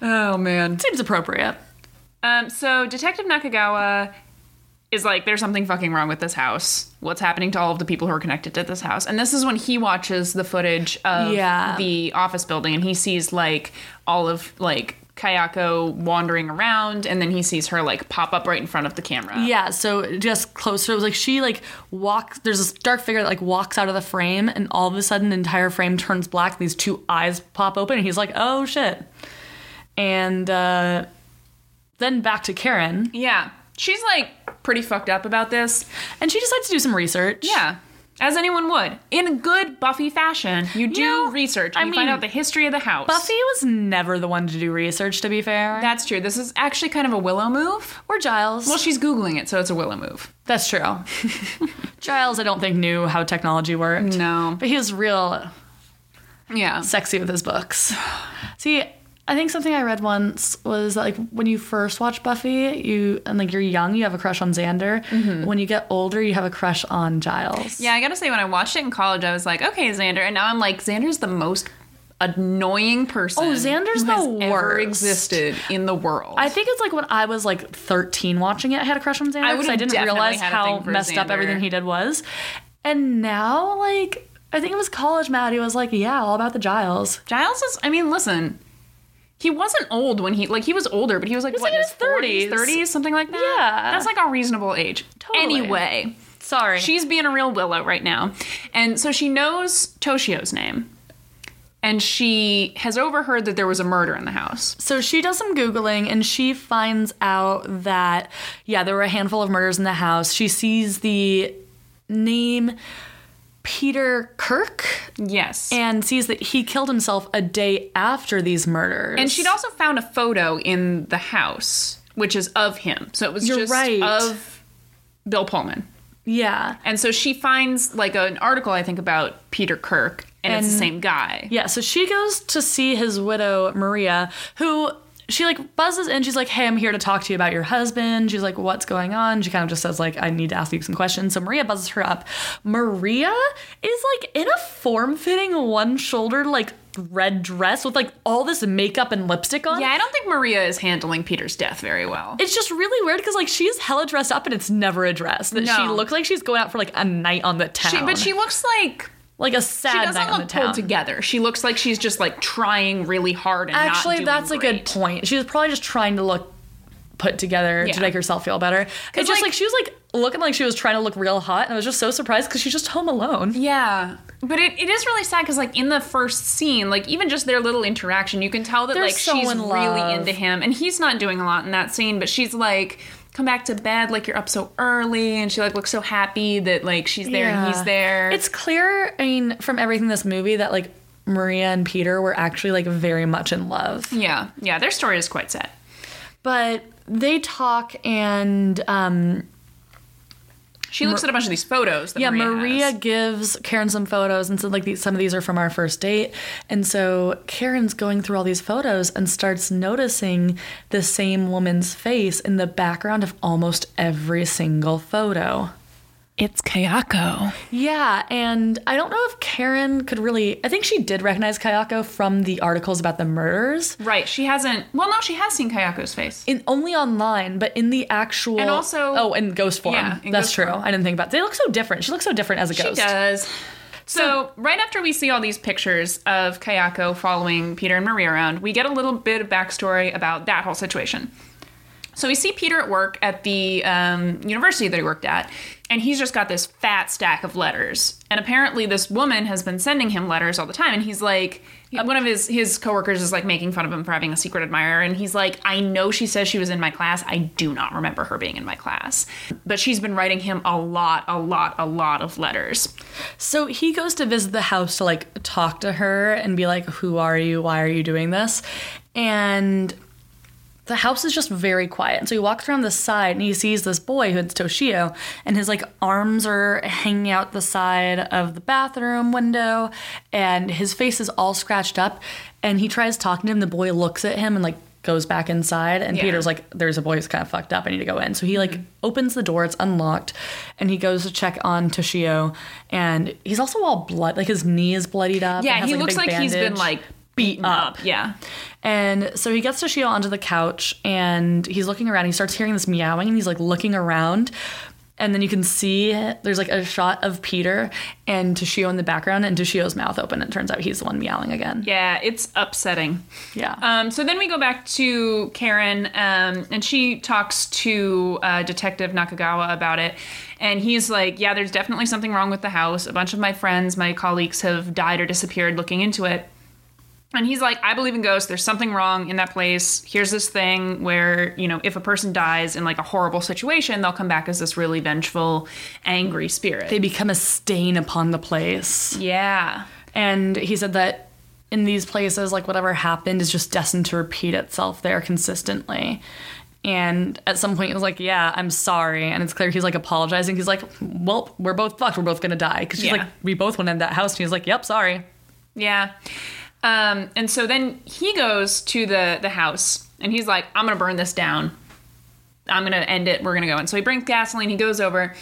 S1: Oh man.
S2: Seems appropriate.
S1: Um so Detective Nakagawa is like, there's something fucking wrong with this house. What's happening to all of the people who are connected to this house? And this is when he watches the footage of
S2: Yeah.
S1: the office building and he sees like all of like Kayako wandering around and then he sees her like pop up right in front of the camera.
S2: Yeah, so just closer. It was like she like walks. There's this dark figure that like walks out of the frame, and all of a sudden, the entire frame turns black. And these two eyes pop open, and he's like, "Oh shit!" And uh, then back to Karen,
S1: Yeah. She's like pretty fucked up about this.
S2: and she decides to do some research.
S1: Yeah. As anyone would. In good Buffy fashion, you do
S2: know,
S1: research and
S2: I
S1: you find
S2: mean,
S1: out the history of the house.
S2: Buffy was never the one to do research. To be fair,
S1: That's true. This is actually kind of a Willow move.
S2: or Giles.
S1: Well, she's Googling it, so it's a Willow move.
S2: That's true. Giles, I don't think knew how technology worked.
S1: No.
S2: but he was real
S1: Yeah.
S2: sexy with his books. See, I think something I read once was that, like when you first watch Buffy, you and like you're young, you have a crush on Xander. When you get older, you have a crush on Giles.
S1: Mm-hmm. Yeah, I gotta say, when I watched it in college, I was like, okay, Xander, and now I'm like, Xander's the most annoying person.
S2: Oh, Xander's
S1: who has
S2: the
S1: Ever
S2: worst.
S1: existed in the world.
S2: I think it's like when I was like 13 watching it, I had a crush on Xander
S1: I
S2: because I,
S1: would've
S2: didn't
S1: definitely
S2: realize
S1: had a
S2: how
S1: thing for
S2: messed up
S1: Xander.
S2: everything he did was. And now, like, I think it was college Maddie was like, yeah, all about the Giles.
S1: Giles is. I mean, listen, he wasn't old when he like he was older, but he was like what
S2: like in
S1: his
S2: his 30s.
S1: thirties, thirties, something like that.
S2: Yeah.
S1: that's like a reasonable age.
S2: Totally.
S1: Anyway,
S2: Sorry.
S1: she's being a real willow right now, and so she knows Toshio's name, and she has overheard that there was a murder in the house.
S2: So she does some Googling and she finds out that, yeah, there were a handful of murders in the house. She sees the name Peter Kirk
S1: Yes.
S2: and sees that he killed himself a day after these murders.
S1: And she'd also found a photo in the house, which is of him. So it was
S2: You're
S1: just
S2: right.
S1: of Bill Pullman.
S2: Yeah.
S1: And so she finds like an article I think about Peter Kirk, and, it's the
S2: And-
S1: same guy.
S2: Yeah, so she goes to see his widow, Maria, who she like buzzes in. She's like, "Hey, I'm here to talk to you about your husband." She's like, "What's going on?" She kind of just says like, "I need to ask you some questions." So Maria buzzes her up. Maria is like in a form-fitting one-shouldered like red dress with like all this makeup and lipstick on.
S1: Yeah, I don't think Maria is handling Peter's death very well.
S2: It's just really weird because like she's hella dressed up and it's never a dress. That she
S1: No.
S2: looks like she's going out for like a night on the town.
S1: She, but she looks like
S2: like a
S1: she
S2: sad night
S1: doesn't
S2: on the
S1: look
S2: town.
S1: pulled together. She looks like she's just like trying really hard and not
S2: Actually,
S1: doing
S2: that's a good
S1: great.
S2: point. She was probably just trying to look put together
S1: Yeah.
S2: to make herself feel better. It's just
S1: like-
S2: like, she was like looking like she was trying to look real hot, and I was just so surprised because she's just home alone.
S1: Yeah, but it, it is really sad because like in the first scene, like even just their little interaction, you can tell that
S2: They're
S1: like
S2: so
S1: she's
S2: in
S1: really
S2: love.
S1: into him, and he's not doing a lot in that scene, but she's like. Come back to bed, like you're up so early, and she like looks so happy that like she's there and he's there.
S2: It's clear. I mean, from everything in this movie, that like Maria and Peter were actually like very much in love.
S1: yeah, yeah. Their story is quite sad.
S2: But they talk, and um,
S1: She looks at a bunch of these photos. That
S2: yeah, Maria,
S1: Maria has.
S2: gives Karen some photos and said like these, some of these are from our first date, and so Karen's going through all these photos and starts noticing the same woman's face in the background of almost every single photo.
S1: It's Kayako.
S2: Yeah, and I don't know if Karen could really. I think she did recognize Kayako from the articles about the murders,
S1: Right. She hasn't. Well, no, she has seen Kayako's face.
S2: in only online, but in the actual
S1: And also-
S2: oh, in ghost form.
S1: Yeah, in
S2: that's
S1: ghost
S2: true.
S1: form.
S2: I didn't think about. They look so different. She looks so different as a
S1: She
S2: ghost.
S1: does. So, right after we see all these pictures of Kayako following Peter and Maria around, we get a little bit of backstory about that whole situation. So, we see Peter at work at the um, university that he worked at, and he's just got this fat stack of letters. And apparently, this woman has been sending him letters all the time, and he's like, one of his his coworkers is like making fun of him for having a secret admirer, and he's like, "I know she says she was in my class. I do not remember her being in my class, but she's been writing him a lot, a lot, a lot of letters."
S2: So he goes to visit the house to like talk to her and be like, Who are you? Why are you doing this? And the house is just very quiet. And so he walks around the side and he sees this boy who it's Toshio, and his like arms are hanging out the side of the bathroom window, and his face is all scratched up. And he tries talking to him. The boy looks at him and like goes back inside. And
S1: Yeah. Mm-hmm.
S2: Peter's like, "There's a boy who's kind of fucked up. I need to go in." So he like opens the door. It's unlocked, and he goes to check on Toshio. And he's also all blood. Like his knee is bloodied up. and
S1: Yeah,
S2: has,
S1: he
S2: a
S1: looks
S2: big
S1: like he's been
S2: bandage. Mm-hmm.
S1: like
S2: beat up.
S1: Yeah.
S2: And so he gets Toshio onto the couch and he's looking around. He starts hearing this meowing and he's like looking around. And then you can see there's like a shot of Peter and Toshio in the background and Toshio's mouth open. It turns out he's the one meowing again.
S1: Yeah, it's upsetting.
S2: Yeah.
S1: Um, so then we go back to Karen, um, and she talks to uh, Detective Nakagawa about it. And he's like, Yeah, there's definitely something wrong with the house. A bunch of my friends, my colleagues have died or disappeared looking into it. And he's like, I believe in ghosts. There's something wrong in that place. Here's this thing where, you know, if a person dies in like a horrible situation, they'll come back as this really vengeful, angry spirit.
S2: they become a stain upon the place.
S1: yeah.
S2: And he said that in these places, like whatever happened is just destined to repeat itself there consistently. And at some point, he was like, Yeah, I'm sorry. And it's clear he's like apologizing. He's like, Well, we're both fucked. We're both going to die. Because she's
S1: Yeah.
S2: like, We both went in that house. And he's like, Yep, sorry.
S1: Yeah. Um, and so then he goes to the the house and he's like, "I'm gonna burn this down. I'm gonna end it. We're gonna go." And so he brings gasoline. He goes over.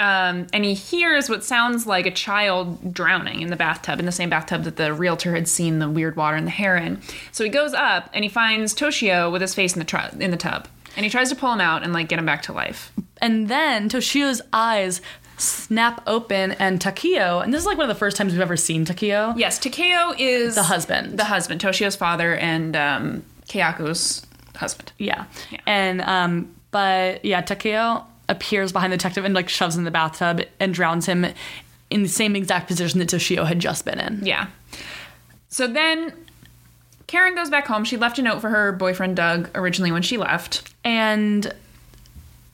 S1: Um, and he hears what sounds like a child drowning in the bathtub, in the same bathtub that the realtor had seen the weird water and the hair in. So he goes up and he finds Toshio with his face in the tru in the tub, and he tries to pull him out and like get him back to life.
S2: And then Toshio's eyes snap open, and Takio, and this is like one of the first times we've ever seen Takio.
S1: Yes, Takeo is
S2: The husband.
S1: the husband, Toshio's father, and um, Kayaku's husband.
S2: Yeah.
S1: Yeah.
S2: And um but yeah, Takeo appears behind the detective and like shoves him in the bathtub and drowns him in the same exact position that Toshio had just been in.
S1: Yeah. So then Karen goes back home. She left a note for her boyfriend Doug originally when she left.
S2: And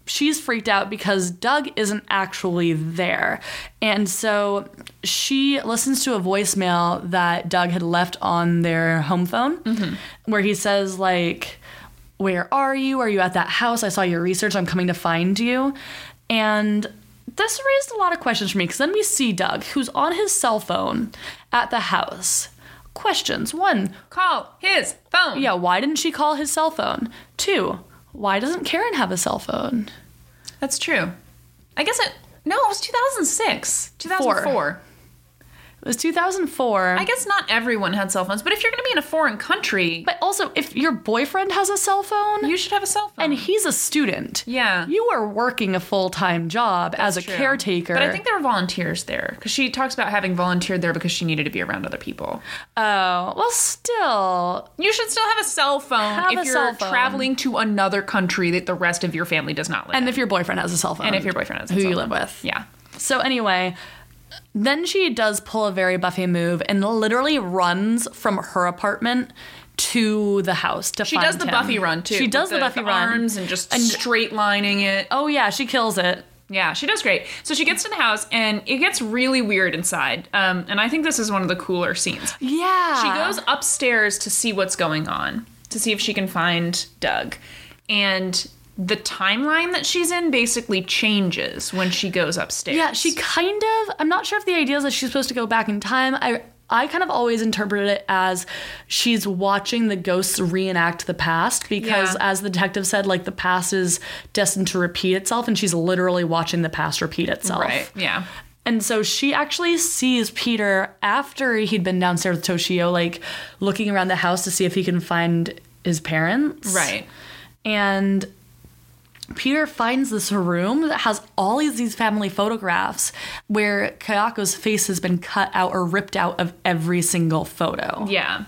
S2: she's freaked out because Doug isn't actually there. And so she listens to a voicemail that Doug had left on their home phone where he says like where are you? Are you at that house? I saw your research. I'm coming to find you. And this raised a lot of questions for me because then we see Doug, who's on his cell phone at the house. Questions. One,
S1: Call his phone.
S2: yeah, why didn't she call his cell phone? Two, why doesn't Karen have a cell phone?
S1: That's true. I guess it. No, it was 2006. 2004.
S2: It was 2004.
S1: I guess not everyone had cell phones, but if you're going to be in a foreign country,
S2: but also, if your boyfriend has a cell phone
S1: you should have a cell phone.
S2: and he's a student,
S1: yeah.
S2: you are working a full time job as a
S1: True.
S2: caretaker.
S1: But I think there were volunteers there because she talks about having volunteered there because she needed to be around other people.
S2: oh, well, still,
S1: You should still have a cell phone
S2: Have a
S1: if you're
S2: cell phone.
S1: traveling to another country that the rest of your family does not live
S2: and
S1: in.
S2: if your boyfriend has a cell phone,
S1: and if your boyfriend has a
S2: Um, who
S1: cell
S2: you
S1: phone.
S2: live with,
S1: Yeah.
S2: So anyway, then she does pull a very Buffy move and literally runs from her apartment to the house to
S1: She does the Buffy run too.
S2: She does
S1: with
S2: the, Buffy run.
S1: arms and just straight lining it.
S2: Oh yeah, she kills it.
S1: Yeah, she does great. So she gets to the house and it gets really weird inside. Um, and I think this is one of the cooler scenes.
S2: Yeah.
S1: She goes upstairs to see what's going on, to see if she can find Doug. And the timeline that she's in basically changes when she goes upstairs.
S2: Yeah, she kind of. I'm not sure if the idea is that she's supposed to go back in time. I I kind of always interpreted it as she's watching the ghosts reenact the past because,
S1: Yeah.
S2: as the detective said, like the past is destined to repeat itself, and she's literally watching the past repeat itself.
S1: Right. Yeah.
S2: And so she actually sees Peter after he'd been downstairs with Toshio, like looking around the house to see if he can find his parents.
S1: Right.
S2: And Peter finds this room that has all of these family photographs where Kayako's face has been cut out or ripped out of every single photo.
S1: Yeah.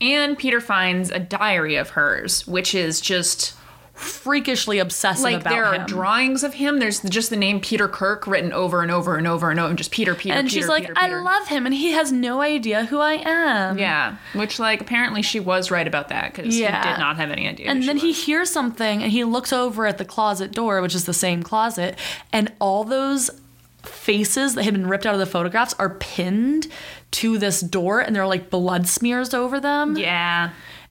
S1: And Peter finds a diary of hers, which is just
S2: Freakishly obsessive
S1: like
S2: about
S1: there are
S2: him.
S1: drawings of him. There's just the name Peter Kirk written over and over and over and over, and just Peter, Peter,
S2: and
S1: Peter,
S2: she's like,
S1: Peter,
S2: I
S1: Peter."
S2: love him, and he has no idea who I am.
S1: Yeah, which like apparently she was right about that because
S2: Yeah.
S1: he did not have any idea.
S2: And
S1: who
S2: then
S1: she
S2: he
S1: was.
S2: hears something and he looks over at the closet door, which is the same closet, and all those faces that had been ripped out of the photographs are pinned to this door and there are like blood smears over them.
S1: yeah,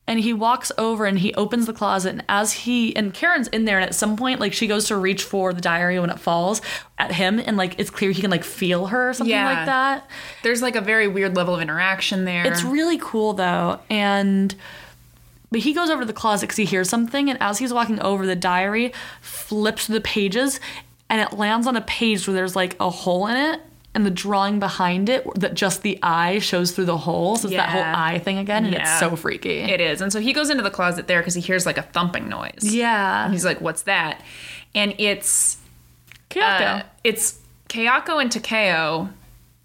S2: And he walks over and he opens the closet and as he and Karen's in there and at some point like she goes to reach for the diary when it falls at him and like it's clear he can like feel her or something
S1: Yeah.
S2: like that.
S1: there's like a very weird level of interaction there.
S2: It's really cool though, and but he goes over to the closet because he hears something, and as he's walking over, the diary flips the pages, and it lands on a page where there's like a hole in it, and the drawing behind it that just the eye shows through the hole, so it's that whole
S1: Yeah.
S2: eye thing again, and
S1: Yeah.
S2: it's so freaky.
S1: It is, and so he goes into the closet there because he hears like a thumping noise.
S2: yeah,
S1: he's like, "What's that?" And it's uh,
S2: Kyoko.
S1: it's Kayako and Takeo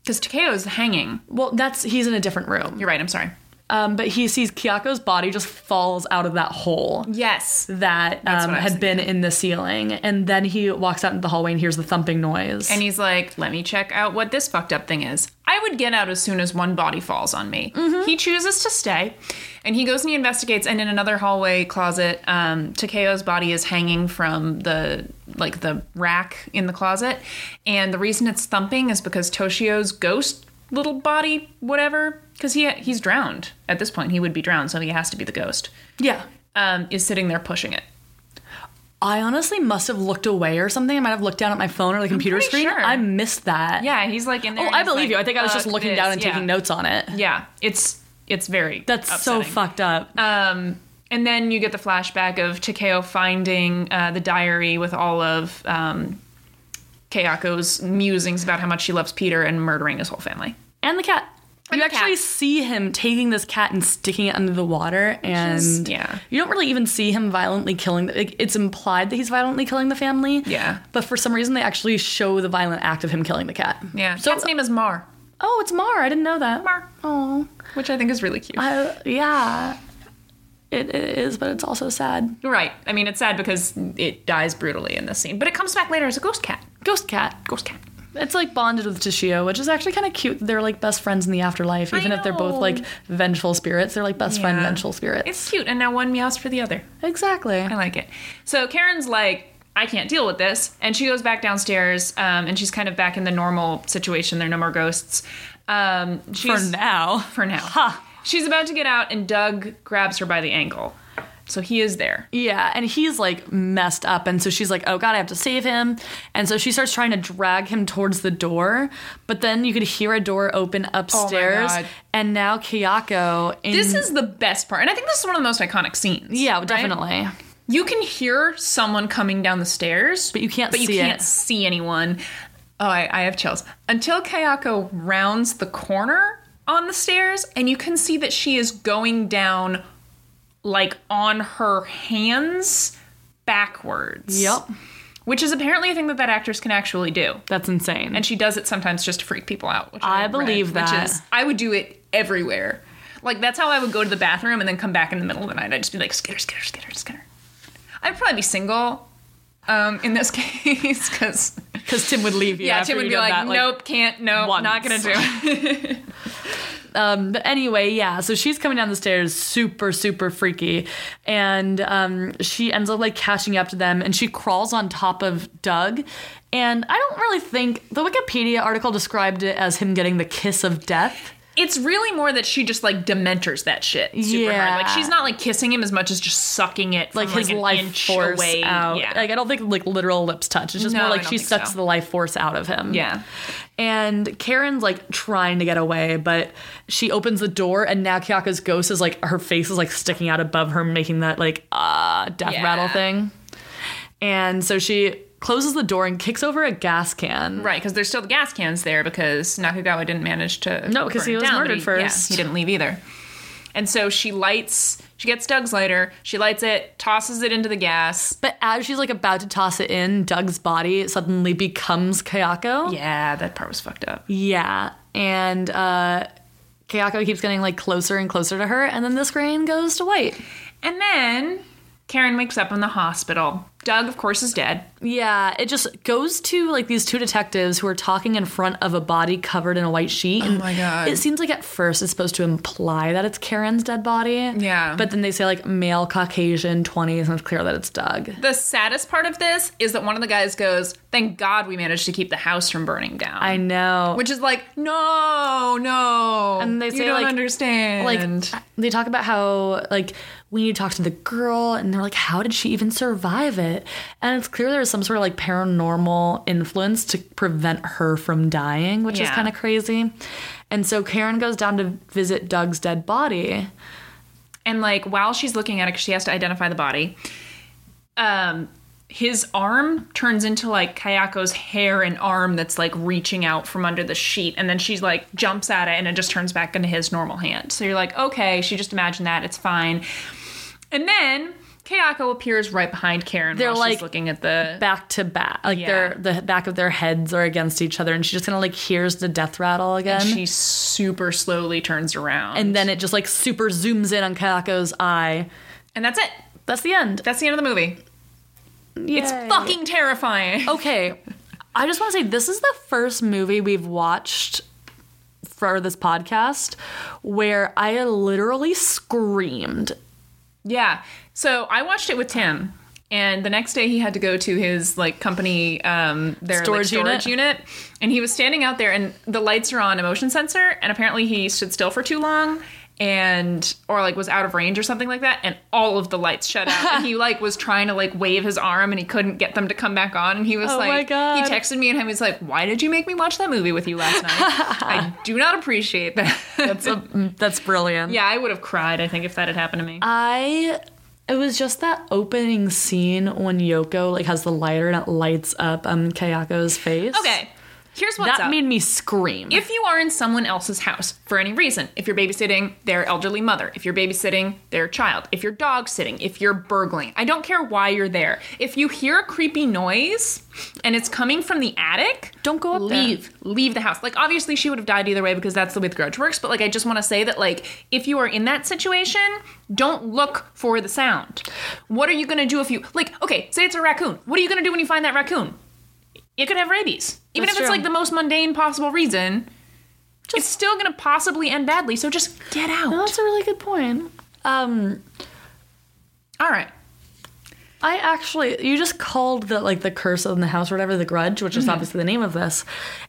S1: because Takeo is hanging.
S2: well, that's he's in a different room,
S1: You're right. I'm sorry.
S2: um, but he sees Kyako's body just falls out of that hole.
S1: Yes.
S2: That
S1: what
S2: um,
S1: I was
S2: had been in the ceiling, and then he walks out into the hallway and hears the thumping noise.
S1: And he's like, let me check out what this fucked up thing is. I would get out as soon as one body falls on me.
S2: Mm-hmm.
S1: He chooses to stay. And he goes and he investigates. And in another hallway closet, um, Takeo's body is hanging from the like the rack in the closet. And the reason it's thumping is because Toshio's ghost little body, whatever, because he he's drowned. At this point, he would be drowned, so he has to be the ghost.
S2: yeah,
S1: Um, is sitting there pushing it.
S2: I honestly must have looked away or something. I might have looked down at my phone or the computer
S1: pretty
S2: screen.
S1: sure.
S2: I missed that.
S1: Yeah, he's like in there.
S2: Oh,
S1: and
S2: I
S1: he's
S2: believe
S1: like,
S2: you. I think I was just
S1: "Fuck
S2: looking
S1: this."
S2: down and
S1: Yeah.
S2: taking notes on it.
S1: Yeah, it's it's very
S2: That's so
S1: upsetting.
S2: fucked up.
S1: Um, and then you get the flashback of Takeo finding uh, the diary with all of um, Keiko's musings about how much she loves Peter and murdering his whole family.
S2: and the cat.
S1: And
S2: you
S1: the
S2: actually
S1: cat.
S2: see him taking this cat and sticking it under the water, and
S1: is- yeah.
S2: you don't really even see him violently killing. The, like, it's implied that he's violently killing the family.
S1: Yeah.
S2: but for some reason they actually show the violent act of him killing the cat.
S1: Yeah.
S2: So
S1: Cat's name is Mar.
S2: oh, it's Mar. I didn't know that.
S1: Mar.
S2: Oh,
S1: Which I think is really cute.
S2: I, yeah. It, it is, but it's also sad.
S1: right. I mean, it's sad because it dies brutally in this scene, but it comes back later as a ghost cat.
S2: Ghost cat.
S1: Ghost cat.
S2: It's like bonded with Toshio, which is actually kind of cute. They're like best friends in the afterlife,
S1: I
S2: even if they're both
S1: know.
S2: like vengeful spirits. They're like best friend
S1: Yeah.
S2: vengeful spirits.
S1: It's cute, and now one meows for the other.
S2: exactly.
S1: I like it. So Karen's like, I can't deal with this. And she goes back downstairs um, and she's kind of back in the normal situation. There are no more ghosts. Um, she's,
S2: now.
S1: For now. She's about to get out and Doug grabs her by the ankle. So he is there.
S2: Yeah, and he's like messed up. And so she's like, oh God, I have to save him. And so she starts trying to drag him towards the door. But then you could hear a door open upstairs.
S1: God.
S2: And now Kiyako. In,
S1: This is the best part. And I think this is one of the most iconic scenes.
S2: Yeah,
S1: right?
S2: definitely.
S1: You can hear someone coming down the stairs,
S2: But you can't
S1: but you
S2: see
S1: can't
S2: it.
S1: see anyone. Oh, I, I have chills. Until Kayako rounds the corner on the stairs, and you can see that she is going down, like on her hands backwards.
S2: Yep.
S1: Which is apparently a thing that that actress can actually do,
S2: That's insane.
S1: and she does it sometimes just to freak people out. Which
S2: I
S1: read,
S2: believe that.
S1: Which is, I would do it everywhere. Like that's how I would go to the bathroom and then come back in the middle of the night. I'd just be like skitter, skitter, skitter, skitter. I'd probably be single. Um, in this case, because
S2: Because Tim would leave you.
S1: yeah,
S2: after
S1: Tim would
S2: you
S1: be
S2: did
S1: like,
S2: that,
S1: nope, can't, nope, not
S2: once."
S1: gonna do it.
S2: Um, but anyway, yeah. So she's coming down the stairs, super, super freaky, and um, she ends up like catching up to them, and she crawls on top of Doug. And I don't really think the Wikipedia article described it as him getting the kiss of death.
S1: It's really more that she just like dementors that shit super hard. Like
S2: Yeah.
S1: she's not like kissing him as much as just sucking it from,
S2: Like
S1: like,
S2: his
S1: an
S2: life
S1: inch
S2: force
S1: away.
S2: out.
S1: Yeah,
S2: Like I don't think like literal lips touch. It's just
S1: No,
S2: more
S1: I
S2: like
S1: don't
S2: she
S1: think
S2: sucks
S1: so.
S2: the life force out of him.
S1: yeah.
S2: And Karen's like trying to get away, but she opens the door, and now Kyako's ghost is like her face is like sticking out above her, making that like ah death
S1: Yeah.
S2: rattle thing. And so she closes the door and kicks over a gas can.
S1: Right, because there's still the gas cans there because Nakagawa didn't manage to.
S2: No, 'cause
S1: burn
S2: he
S1: it
S2: was
S1: down, but
S2: murdered
S1: he-
S2: first.
S1: Yeah, he didn't leave either. And so she lights. She gets Doug's lighter. She lights it, tosses it into the gas.
S2: But as she's like about to toss it in, Doug's body suddenly becomes Kayako.
S1: Yeah, that part was fucked up.
S2: Yeah. And uh Kayako keeps getting like closer and closer to her, and then the screen goes to white.
S1: And then Karen wakes up in the hospital. Doug, of course, is dead.
S2: Yeah, it just goes to like these two detectives who are talking in front of a body covered in a white sheet. and
S1: Oh my God.
S2: It seems like at first it's supposed to imply that it's Karen's dead body.
S1: Yeah.
S2: But then they say like male Caucasian 20s and it's clear that it's Doug.
S1: The saddest part of this is that one of the guys goes, "Thank God we managed to keep the house from burning down."
S2: I know.
S1: which is like, no, no,
S2: And they say,
S1: you don't
S2: like-
S1: understand.
S2: like they talk about how like we need to talk to the girl and they're like how did she even survive it and it's clear there's some sort of like paranormal influence to prevent her from dying which is
S1: Yeah.
S2: kind of crazy and so karen goes down to visit doug's dead body
S1: and like while she's looking at it 'cause she has to identify the body um his arm turns into like kayako's hair and arm that's like reaching out from under the sheet and then she's like jumps at it and it just turns back into his normal hand so you're like okay she just imagined that it's fine and then kayako appears right behind karen
S2: They're,
S1: while
S2: like,
S1: she's looking at the
S2: back to back like
S1: Yeah.
S2: their the back of their heads are against each other and she just kind of like hears the death rattle again
S1: she super slowly turns around
S2: and then it just like super zooms in on kayako's eye
S1: and that's it
S2: that's the end
S1: that's the end of the movie it's
S2: Yay.
S1: fucking terrifying
S2: Okay. I just want to say this is the first movie we've watched for this podcast where I literally screamed.
S1: Yeah. So I watched it with Tim, and the next day he had to go to his like company, um, their like,
S2: Storage
S1: storage unit. and he was standing out there, and the lights are on a motion sensor, and apparently he stood still for too long. and or like was out of range or something like that and all of the lights shut out and he like was trying to like wave his arm and he couldn't get them to come back on and he was
S2: Oh my
S1: like
S2: God.
S1: he texted me and he was like why did you make me watch that movie with you last night i do not appreciate that
S2: That's
S1: Oh,
S2: a, that's brilliant.
S1: yeah i would have cried i think if that had happened to me
S2: I it was just that opening scene when Yoko like has the lighter and it lights up um Kayako's face.
S1: okay here's what's
S2: That
S1: up
S2: made me scream.
S1: if you are in someone else's house for any reason, if you're babysitting their elderly mother, if you're babysitting their child, if you're dog sitting, if you're burgling, I don't care why you're there. If you hear a creepy noise and it's coming from the attic,
S2: Don't go up there.
S1: leave, leave the house. Like obviously she would have died either way because that's the way the grudge works, but like I just want to say that like if you are in that situation, don't look for the sound. What are you going to do if you like okay, say it's a raccoon. What are you going to do when you find that raccoon? It could have rabies. Even
S2: That's
S1: if it's
S2: true.
S1: like the most mundane possible reason, it's still going to possibly end badly. So just get out.
S2: No, that's a really good point. Um
S1: All right.
S2: I actually you just called the like the curse in the house or whatever the grudge, which is obviously the name of this.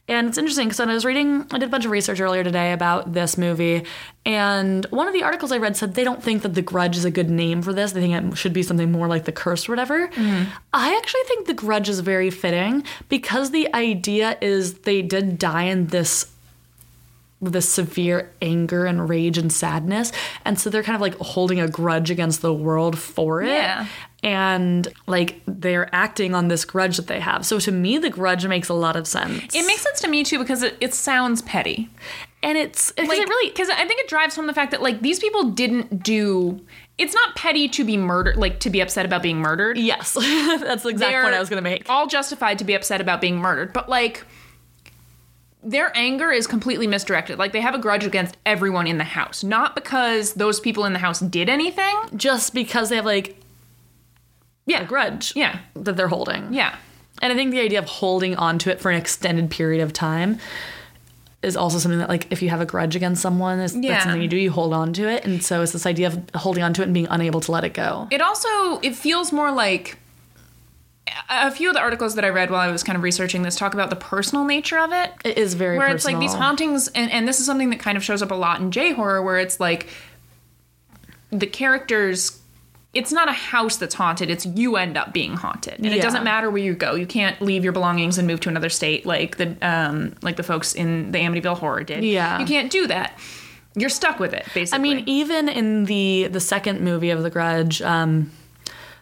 S2: And it's interesting because when I was reading I did a bunch of research earlier today about this movie and one of the articles I read said they don't think that the grudge is a good name for this. They think it should be something more like the curse or whatever. I actually think the grudge is very fitting because the idea is they did die in this the severe anger and rage and sadness. And so they're kind of like holding a grudge against the world for it.
S1: Yeah.
S2: And like they're acting on this grudge that they have. So to me, the grudge makes a lot of sense.
S1: It makes sense to me too because it, it sounds petty.
S2: and it's because
S1: Like,
S2: it really
S1: because I think it drives home the fact that like these people didn't do. It's not petty to be murdered, like to be upset about being murdered.
S2: yes, that's the exact point I was gonna make.
S1: All justified to be upset about being murdered, but like their anger is completely misdirected. Like they have a grudge against everyone in the house, not because those people in the house did anything.
S2: Just because they have like
S1: Yeah,
S2: a grudge,
S1: Yeah.
S2: that they're holding.
S1: Yeah.
S2: And I think the idea of holding on to it for an extended period of time is also something that like if you have a grudge against someone, is
S1: Yeah.
S2: that's something you do, you hold on to it. And so it's this idea of holding on to it and being unable to let it go.
S1: It also it feels more like a a few of the articles that I read while I was kind of researching this talk about the personal nature of it.
S2: It is very
S1: where
S2: personal.
S1: it's like these hauntings and, and this is something that kind of shows up a lot in j horror where it's like the characters it's not a house that's haunted it's you end up being haunted and it
S2: Yeah.
S1: doesn't matter where you go you can't leave your belongings and move to another state like the um like the folks in the amityville horror did
S2: Yeah.
S1: you can't do that you're stuck with it basically
S2: I mean, even in the the second movie of The Grudge, um,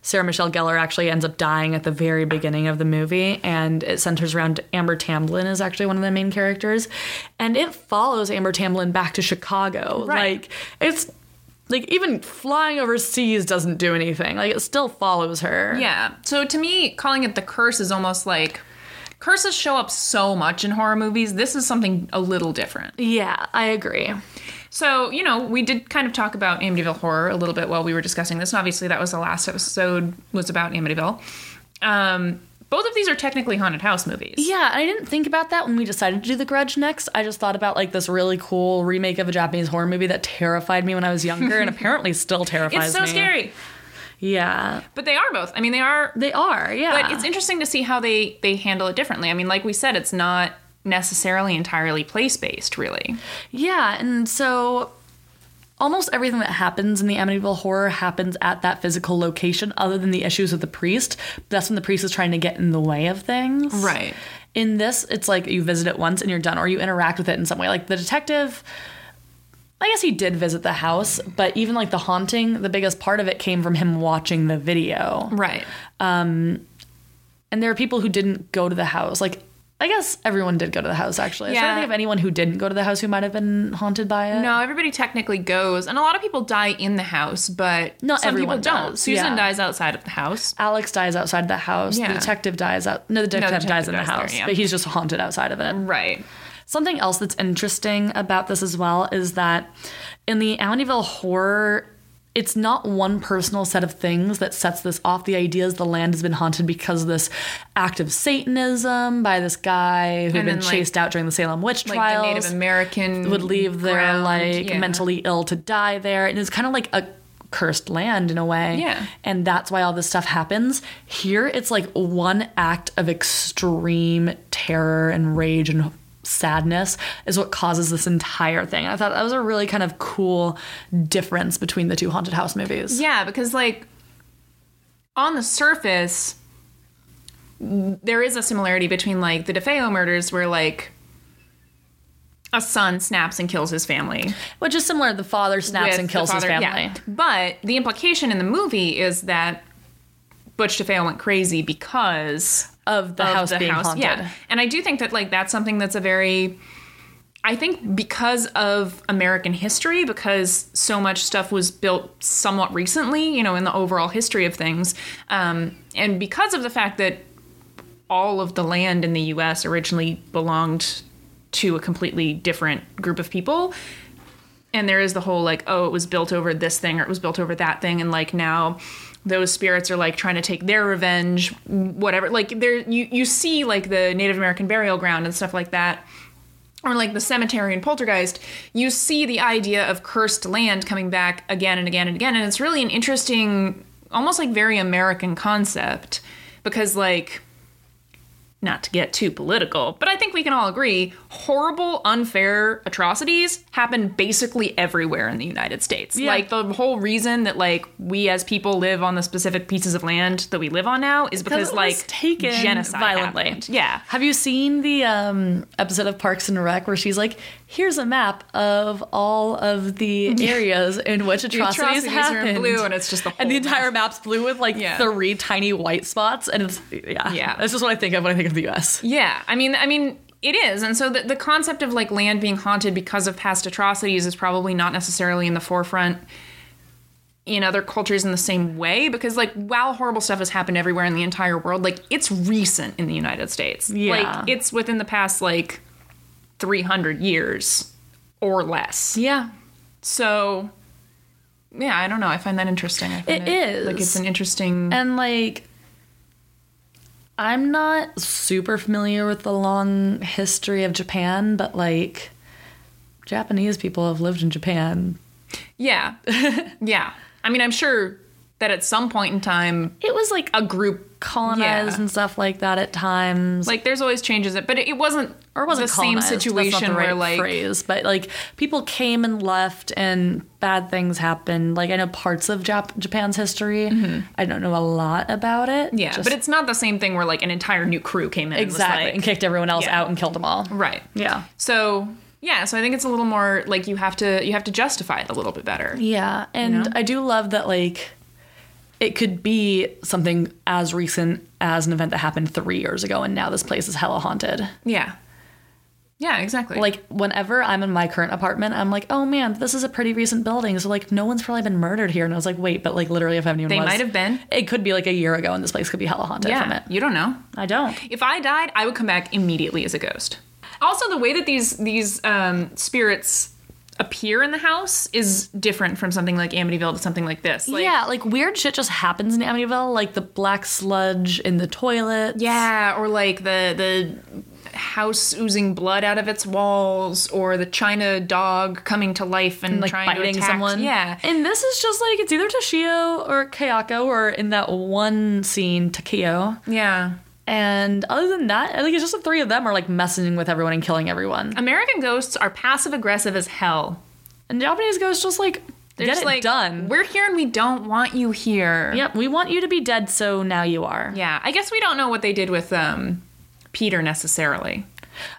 S2: Sarah Michelle Gellar actually ends up dying at the very beginning of the movie, and it centers around Amber Tamblyn is actually one of the main characters, and it follows Amber Tamblyn back to Chicago.
S1: Right.
S2: Like it's like even flying overseas doesn't do anything. Like it still follows her.
S1: Yeah. So to me, calling it the curse is almost like curses show up so much in horror movies. This is something a little different.
S2: Yeah, I agree.
S1: So, you know, we did kind of talk about Amityville horror a little bit while we were discussing this. And obviously, that was the last episode was about Amityville. Um, both of these are technically haunted house movies.
S2: Yeah, and I didn't think about that when we decided to do The Grudge next. I just thought about like this really cool remake of a Japanese horror movie that terrified me when I was younger and apparently still terrifies
S1: It's so
S2: me.
S1: scary.
S2: Yeah.
S1: But they are both. I mean, they are
S2: They are, yeah.
S1: But it's interesting to see how they they handle it differently. I mean, like we said, it's not necessarily entirely place based, really.
S2: yeah, and so almost everything that happens in the Amityville horror happens at that physical location other than the issues with the priest. That's when the priest is trying to get in the way of things.
S1: Right.
S2: In this, it's like you visit it once and you're done or you interact with it in some way. Like the detective I guess he did visit the house, but even like the haunting, the biggest part of it came from him watching the video.
S1: Right.
S2: And there are people who didn't go to the house. Like, I guess everyone did go to the house, actually. I was trying
S1: Yeah.
S2: to think of anyone who didn't go to the house who might have been haunted by it.
S1: No, everybody technically goes, and a lot of people die in the house, but
S2: Not
S1: some
S2: everyone
S1: people don't.
S2: does,
S1: Susan
S2: yeah.
S1: dies outside of the house.
S2: Alex dies outside the house.
S1: Yeah.
S2: The detective dies out. No, the detective,
S1: detective
S2: dies in the
S1: dies there,
S2: house,
S1: yeah. Mm.
S2: but he's just haunted outside of it.
S1: Right.
S2: Something else that's interesting about this as well is that in the Amityville horror, it's not one personal set of things that sets this off. The idea is the land has been haunted because of this act of Satanism by this guy who'd
S1: And
S2: been
S1: then, like-
S2: chased out during the Salem witch
S1: Like
S2: trials.
S1: the Native American
S2: would leave their
S1: Mm, ground,
S2: like
S1: yeah.
S2: mentally ill to die there, and it's kind of like a cursed land in a way.
S1: Yeah.
S2: and that's why all this stuff happens. Here, it's like one act of extreme terror and rage and sadness is what causes this entire thing. I thought that was a really kind of cool difference between the two haunted house movies.
S1: Yeah, because like on the surface, there is a similarity between like the DeFeo murders, where like a son snaps and kills his family,
S2: Which is similar the father snaps
S1: with
S2: and
S1: the
S2: kills his
S1: father-
S2: family.
S1: yeah. But the implication in the movie is that Butch DeFeo went crazy because
S2: Of the
S1: of
S2: house being haunted.
S1: Yeah. And I do think that like that's something that's a very I think because of American history, because so much stuff was built somewhat recently, you know, in the overall history of things, um, and because of the fact that all of the land in the U.S. originally belonged to a completely different group of people, and there is the whole like oh it was built over this thing or it was built over that thing and like now those spirits are like trying to take their revenge whatever like there you you see like the native american burial ground and stuff like that or like the cemetery and poltergeist you see the idea of cursed land coming back again and again and again and it's really an interesting almost like very american concept because like not to get too political, but I think we can all agree horrible, unfair atrocities happen basically everywhere in the United States.
S2: Yeah.
S1: Like the whole reason that like we as people live on the specific pieces of land that we live on now is because
S2: it
S1: like
S2: was taken
S1: genocide
S2: violently.
S1: happened. Yeah.
S2: Have you seen the um, episode of Parks and Rec where she's like, "Here's a map of all of the areas in which atrocities,
S1: atrocities are in
S2: happened."
S1: blue and it's just the
S2: and the
S1: whole
S2: entire map's blue with like
S1: Yeah.
S2: three tiny white spots, and it's yeah,
S1: Yeah.
S2: That's just what I think of when I think of the U.S.
S1: Yeah, I mean, I mean, it is, and so the, the concept of like land being haunted because of past atrocities is probably not necessarily in the forefront in other cultures in the same way because like while horrible stuff has happened everywhere in the entire world like it's recent in the united states
S2: Yeah.
S1: like it's within the past like 300 years or less
S2: Yeah,
S1: so yeah i don't know i find that interesting I find
S2: It
S1: like
S2: is.
S1: it's an interesting
S2: and like i'm not super familiar with the long history of japan but like japanese people have lived in japan
S1: yeah yeah i mean i'm sure that at some point in time
S2: it was like
S1: a group
S2: colonized
S1: Yeah.
S2: and stuff like that at times
S1: Like there's always changes, but it wasn't
S2: or it wasn't
S1: the
S2: colonized.
S1: same
S2: That's not
S1: situation
S2: the right
S1: where like
S2: phrase but like people came and left and bad things happened like i know parts of Jap- japan's history i don't know a lot about it
S1: Mm-hmm. yeah,
S2: Just-
S1: but it's not the same thing where like an entire new crew came in
S2: exactly
S1: and
S2: and
S1: was
S2: kicked everyone else
S1: Yeah.
S2: out and killed them all
S1: like right.
S2: yeah
S1: So yeah, so I think it's a little more like you have to you have to justify it a little bit better.
S2: Yeah, and
S1: know?
S2: I do love that like it could be something as recent as an event that happened 3 years ago and now this place is hella haunted.
S1: Yeah. Yeah, exactly.
S2: Like whenever I'm in my current apartment, I'm like, "Oh man, this is a pretty recent building." So like no one's probably been murdered here and I was like, "Wait, but like literally if anyone
S1: They
S2: was
S1: might have been.
S2: It could be like a year ago and this place could be hella haunted from
S1: yeah,
S2: it."
S1: you don't know.
S2: I don't.
S1: If I died, I would come back immediately as a ghost. Also, the way that these these um, spirits appear in the house is different from something like Amityville to something like this. Like,
S2: yeah, like weird shit just happens in Amityville, like the black sludge in the toilet.
S1: Yeah, or like the the house oozing blood out of its walls, or the China dog coming to life and,
S2: like
S1: trying
S2: biting
S1: to attack
S2: someone.
S1: Yeah,
S2: And this is just like it's either Toshio or Kayako or in that one scene Takio.
S1: yeah.
S2: And other than that, I think it's just the three of them are like messing with everyone and killing everyone.
S1: American ghosts are passive aggressive as hell.
S2: And Japanese ghosts just like
S1: They're
S2: get
S1: just
S2: it
S1: like
S2: done.
S1: We're here and we don't want you here.
S2: Yep, we want you to be dead, so now you are.
S1: Yeah. I guess we don't know what they did with um, Peter necessarily.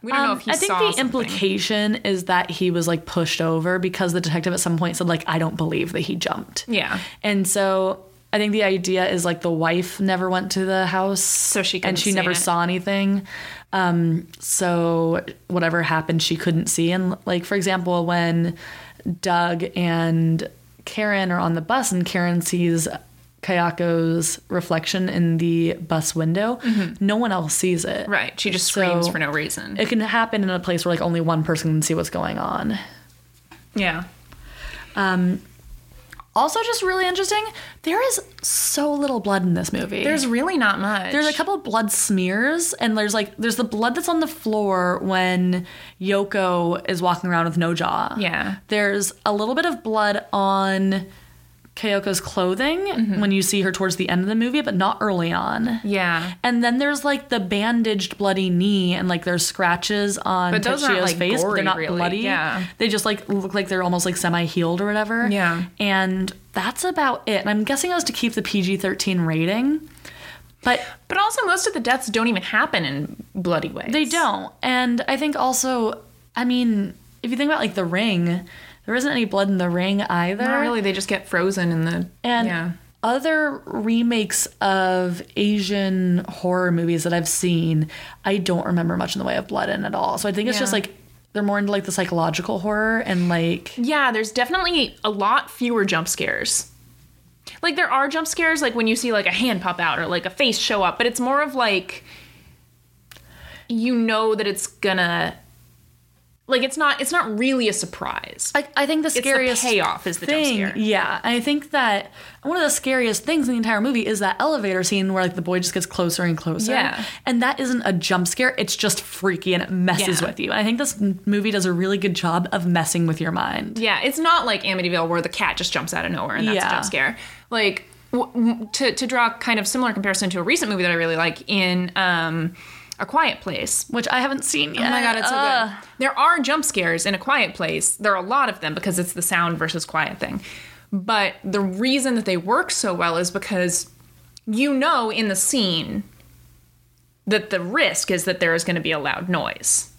S1: We don't know
S2: Um,
S1: if he
S2: I think
S1: saw
S2: the
S1: something.
S2: implication is that he was like pushed over because the detective at some point said like I don't believe that he jumped.
S1: Yeah.
S2: And so I think the idea is like the wife never went to the house, so
S1: she couldn't
S2: and she
S1: see
S2: never
S1: it.
S2: saw anything. Um, so whatever happened, she couldn't see. And like for example, when Doug and Karen are on the bus, and Karen sees Kayako's reflection in the bus window, no one else sees it.
S1: Mm-hmm. Right. She just
S2: So-
S1: screams for no reason.
S2: It can happen in a place where like only one person can see what's going on.
S1: yeah.
S2: Also, just really interesting. There is so little blood in this movie.
S1: There's really not much.
S2: There's a couple of blood smears, and there's like there's the blood that's on the floor when Yoko is walking around with no jaw.
S1: Yeah.
S2: There's a little bit of blood on Kayoko's clothing
S1: Mm-hmm.
S2: when you see her towards the end of the movie, but not early on.
S1: Yeah.
S2: And then there's like the bandaged bloody knee, and like there's scratches on
S1: But those aren't,
S2: Tetsuyo's
S1: like,
S2: face, but
S1: gory,
S2: they're not
S1: really.
S2: bloody.
S1: Yeah.
S2: They just like look like they're almost like semi healed or whatever.
S1: Yeah.
S2: And that's about it. And I'm guessing it was to keep the PG 13 rating, but
S1: But also, most of the deaths don't even happen in bloody ways.
S2: they don't. And I think also, I mean, if you think about like the ring, there isn't any blood in the ring either.
S1: Not really. They just get frozen in the.
S2: And
S1: yeah.
S2: other remakes of Asian horror movies that I've seen, I don't remember much in the way of blood in at all. So I think it's
S1: Yeah.
S2: just like they're more into like the psychological horror and like
S1: Yeah, there's definitely a lot fewer jump scares. Like there are jump scares, like when you see like a hand pop out or like a face show up, but it's more of like you know that it's gonna like it's not it's not really a surprise.
S2: I, I think the
S1: It's
S2: scariest
S1: the payoff is the
S2: thing,
S1: jump scare.
S2: yeah. I think that one of the scariest things in the entire movie is that elevator scene where like the boy just gets closer and closer.
S1: Yeah.
S2: and that isn't a jump scare; it's just freaky and it messes
S1: Yeah.
S2: with you. And I think this m- movie does a really good job of messing with your mind.
S1: Yeah, it's not like Amityville where the cat just jumps out of nowhere and that's
S2: Yeah.
S1: a jump scare. Like w- m- to to draw a kind of similar comparison to a recent movie that I really like in um A Quiet Place.
S2: Which I haven't seen yet.
S1: Oh my god, it's so
S2: Ugh.
S1: good. There are jump scares in a quiet place. There are a lot of them because it's the sound versus quiet thing. But the reason that they work so well is because you know in the scene that the risk is that there is going to be a loud noise.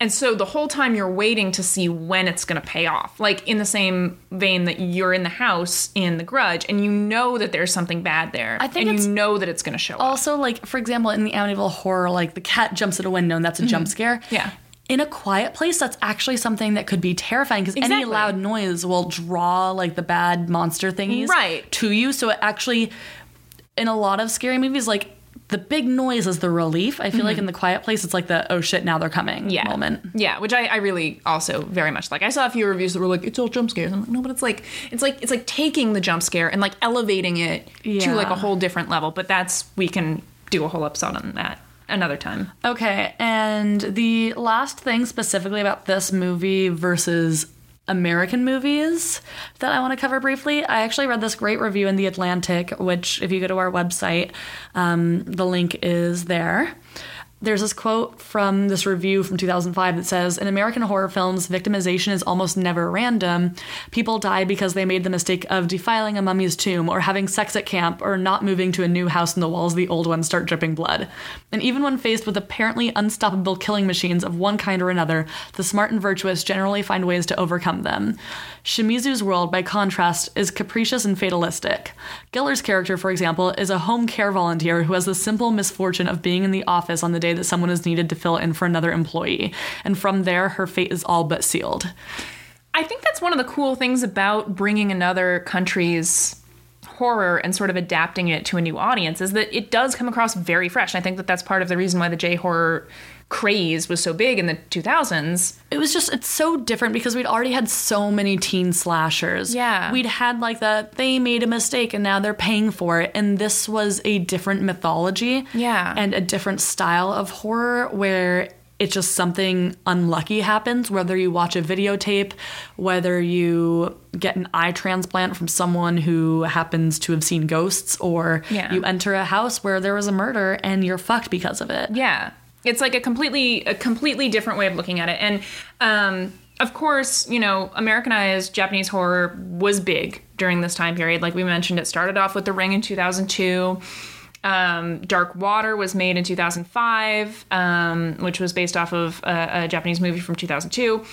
S1: And so the whole time you're waiting to see when it's going to pay off. Like in the same vein that you're in the house in The Grudge and you know that there's something bad there.
S2: I think
S1: and
S2: it's
S1: you know that it's going to show up.
S2: also like for example in the Amityville horror like the cat jumps at a window and that's a jump scare
S1: Mm-hmm. Yeah.
S2: in a quiet place that's actually something that could be terrifying because any
S1: Exactly.
S2: loud noise will draw like the bad monster thingies
S1: Right.
S2: to you so it actually in a lot of scary movies like the big noise is the relief i feel like in the quiet place it's like the oh shit now they're coming
S1: Mm-hmm. yeah.
S2: moment
S1: Yeah, which I, I really also very much like. I saw a few reviews that were like, "It's all jump scares." I'm like, no, but it's like it's like it's like taking the jump scare and like elevating it
S2: Yeah.
S1: to like a whole different level. But that's we can do a whole episode on that another time.
S2: Okay, and the last thing specifically about this movie versus American movies that I want to cover briefly. I actually read this great review in The Atlantic, which, if you go to our website, um, the link is there. There's this quote from this review from 2005 that says In American horror films, victimization is almost never random. People die because they made the mistake of defiling a mummy's tomb, or having sex at camp, or not moving to a new house and the walls of the old ones start dripping blood. And even when faced with apparently unstoppable killing machines of one kind or another, the smart and virtuous generally find ways to overcome them. Shimizu's world, by contrast, is capricious and fatalistic. Geller's character, for example, is a home care volunteer who has the simple misfortune of being in the office on the day that someone is needed to fill in for another employee, and from there, her fate is all but sealed.
S1: I think that's one of the cool things about bringing another country's horror and sort of adapting it to a new audience is that it does come across very fresh. And I think that that's part of the reason why the J horror craze was so big in the 2000s.
S2: it was just it's so different because we'd already had so many teen slashers.
S1: Yeah.
S2: We'd had like the they made a mistake and now they're paying for it. And this was a different mythology.
S1: Yeah.
S2: And a different style of horror where it's just something unlucky happens, whether you watch a videotape, whether you get an eye transplant from someone who happens to have seen ghosts, or
S1: Yeah.
S2: you enter a house where there was a murder and you're fucked because of it.
S1: Yeah, it's like a completely a completely different way of looking at it, and um, of course, you know, Americanized Japanese horror was big during this time period. Like we mentioned, it started off with The Ring in two thousand two. Um, Dark Water was made in 2005, um, which was based off of a, a Japanese movie from 2002.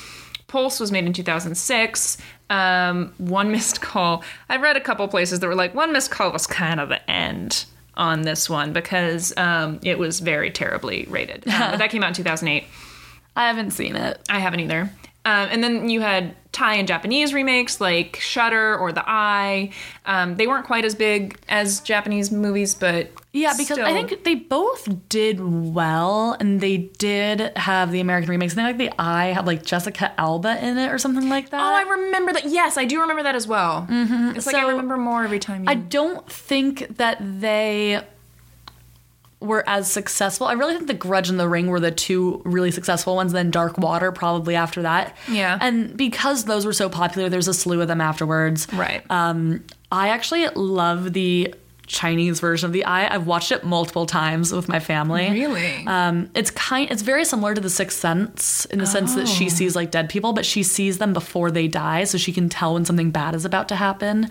S1: Pulse was made in 2006. Um, One Missed Call. I read a couple places that were like, One Missed Call was kind of the end on this one because um, it was very terribly rated. Um, but that came out in 2008.
S2: I haven't seen it.
S1: I haven't either. Um, and then you had Thai and Japanese remakes like Shudder or The Eye. Um, they weren't quite as big as Japanese movies, but
S2: Yeah, because I
S1: still-
S2: think they both did well, and they did have the American remakes. And I think the Eye had like Jessica Alba in it or something like that.
S1: Oh, I remember that. Yes, I do remember that as well. Mm-hmm. It's like
S2: So-
S1: I remember more every time. You...
S2: I don't think that they were as successful. I really think The Grudge and The Ring were the two really successful ones, then Dark Water probably after that.
S1: Yeah.
S2: And because those were so popular, there's a slew of them afterwards.
S1: Right.
S2: Um, I actually love the Chinese version of the Eye. I've watched it multiple times with my family.
S1: Really?
S2: Um, it's kind. It's very similar to The Sixth Sense in the sense that
S1: Oh.
S2: she sees like dead people, but she sees them before they die, so she can tell when something bad is about to happen.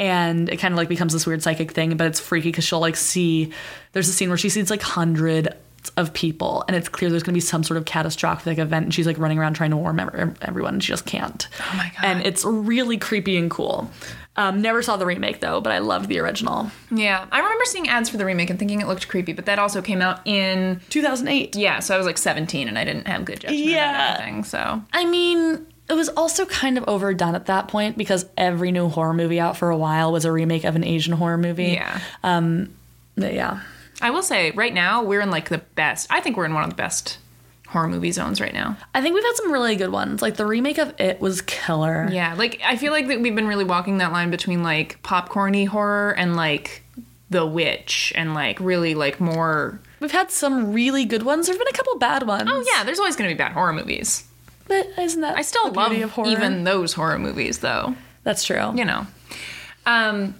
S2: And it kind of like becomes this weird psychic thing, but it's freaky because she'll like see. There's a scene where she sees like hundred of people, and it's clear there's going to be some sort of catastrophic event, and she's like running around trying to warn ev- everyone, and she just can't.
S1: Oh my God.
S2: And it's really creepy and cool. Um, never saw the remake though, but I love the original.
S1: yeah. I remember seeing ads for the remake and thinking it looked creepy, but that also came out in
S2: 2008.
S1: yeah. So I was like 17 and I didn't have good judgment
S2: Yeah.
S1: yeah. anything. So
S2: I mean, it was also kind of overdone at that point because every new horror movie out for a while was a remake of an Asian horror movie.
S1: yeah.
S2: But yeah.
S1: I will say right now we're in like the best. I think we're in one of the best horror movie zones right now.
S2: I think we've had some really good ones. Like the remake of It was killer.
S1: Yeah, like I feel like that we've been really walking that line between like popcorny horror and like The Witch and like really like more.
S2: We've had some really good ones. There've been a couple bad ones.
S1: Oh yeah, there's always going to be bad horror movies.
S2: But isn't that
S1: I still
S2: the
S1: love
S2: beauty of horror?
S1: even those horror movies though.
S2: That's true.
S1: You know. Um,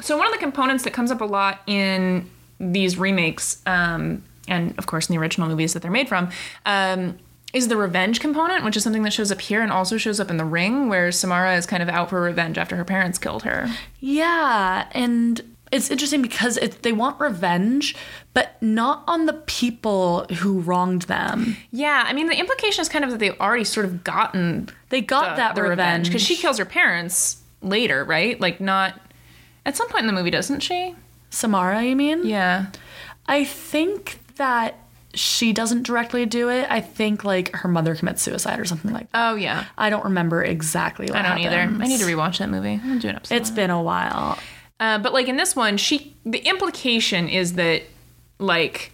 S1: so one of the components that comes up a lot in these remakes, um, and of course in the original movies that they're made from, um, is the revenge component, which is something that shows up here and also shows up in The Ring, where Samara is kind of out for revenge after her parents killed her.
S2: Yeah, and it's interesting because it, they want revenge, but not on the people who wronged them.
S1: Yeah, I mean the implication is kind of that they've already sort of gotten uh,
S2: They got that
S1: the revenge because she kills her parents later, right? Like not at some point in the movie, doesn't she?
S2: Samara, you mean?
S1: Yeah,
S2: I think that she doesn't directly do it. I think like her mother commits suicide or something like that.
S1: Oh yeah,
S2: I don't remember exactly what
S1: I don't
S2: happens.
S1: either. I need to rewatch that movie. I'll do an episode.
S2: It's been a while.
S1: Uh, but like in this one, she the implication is that like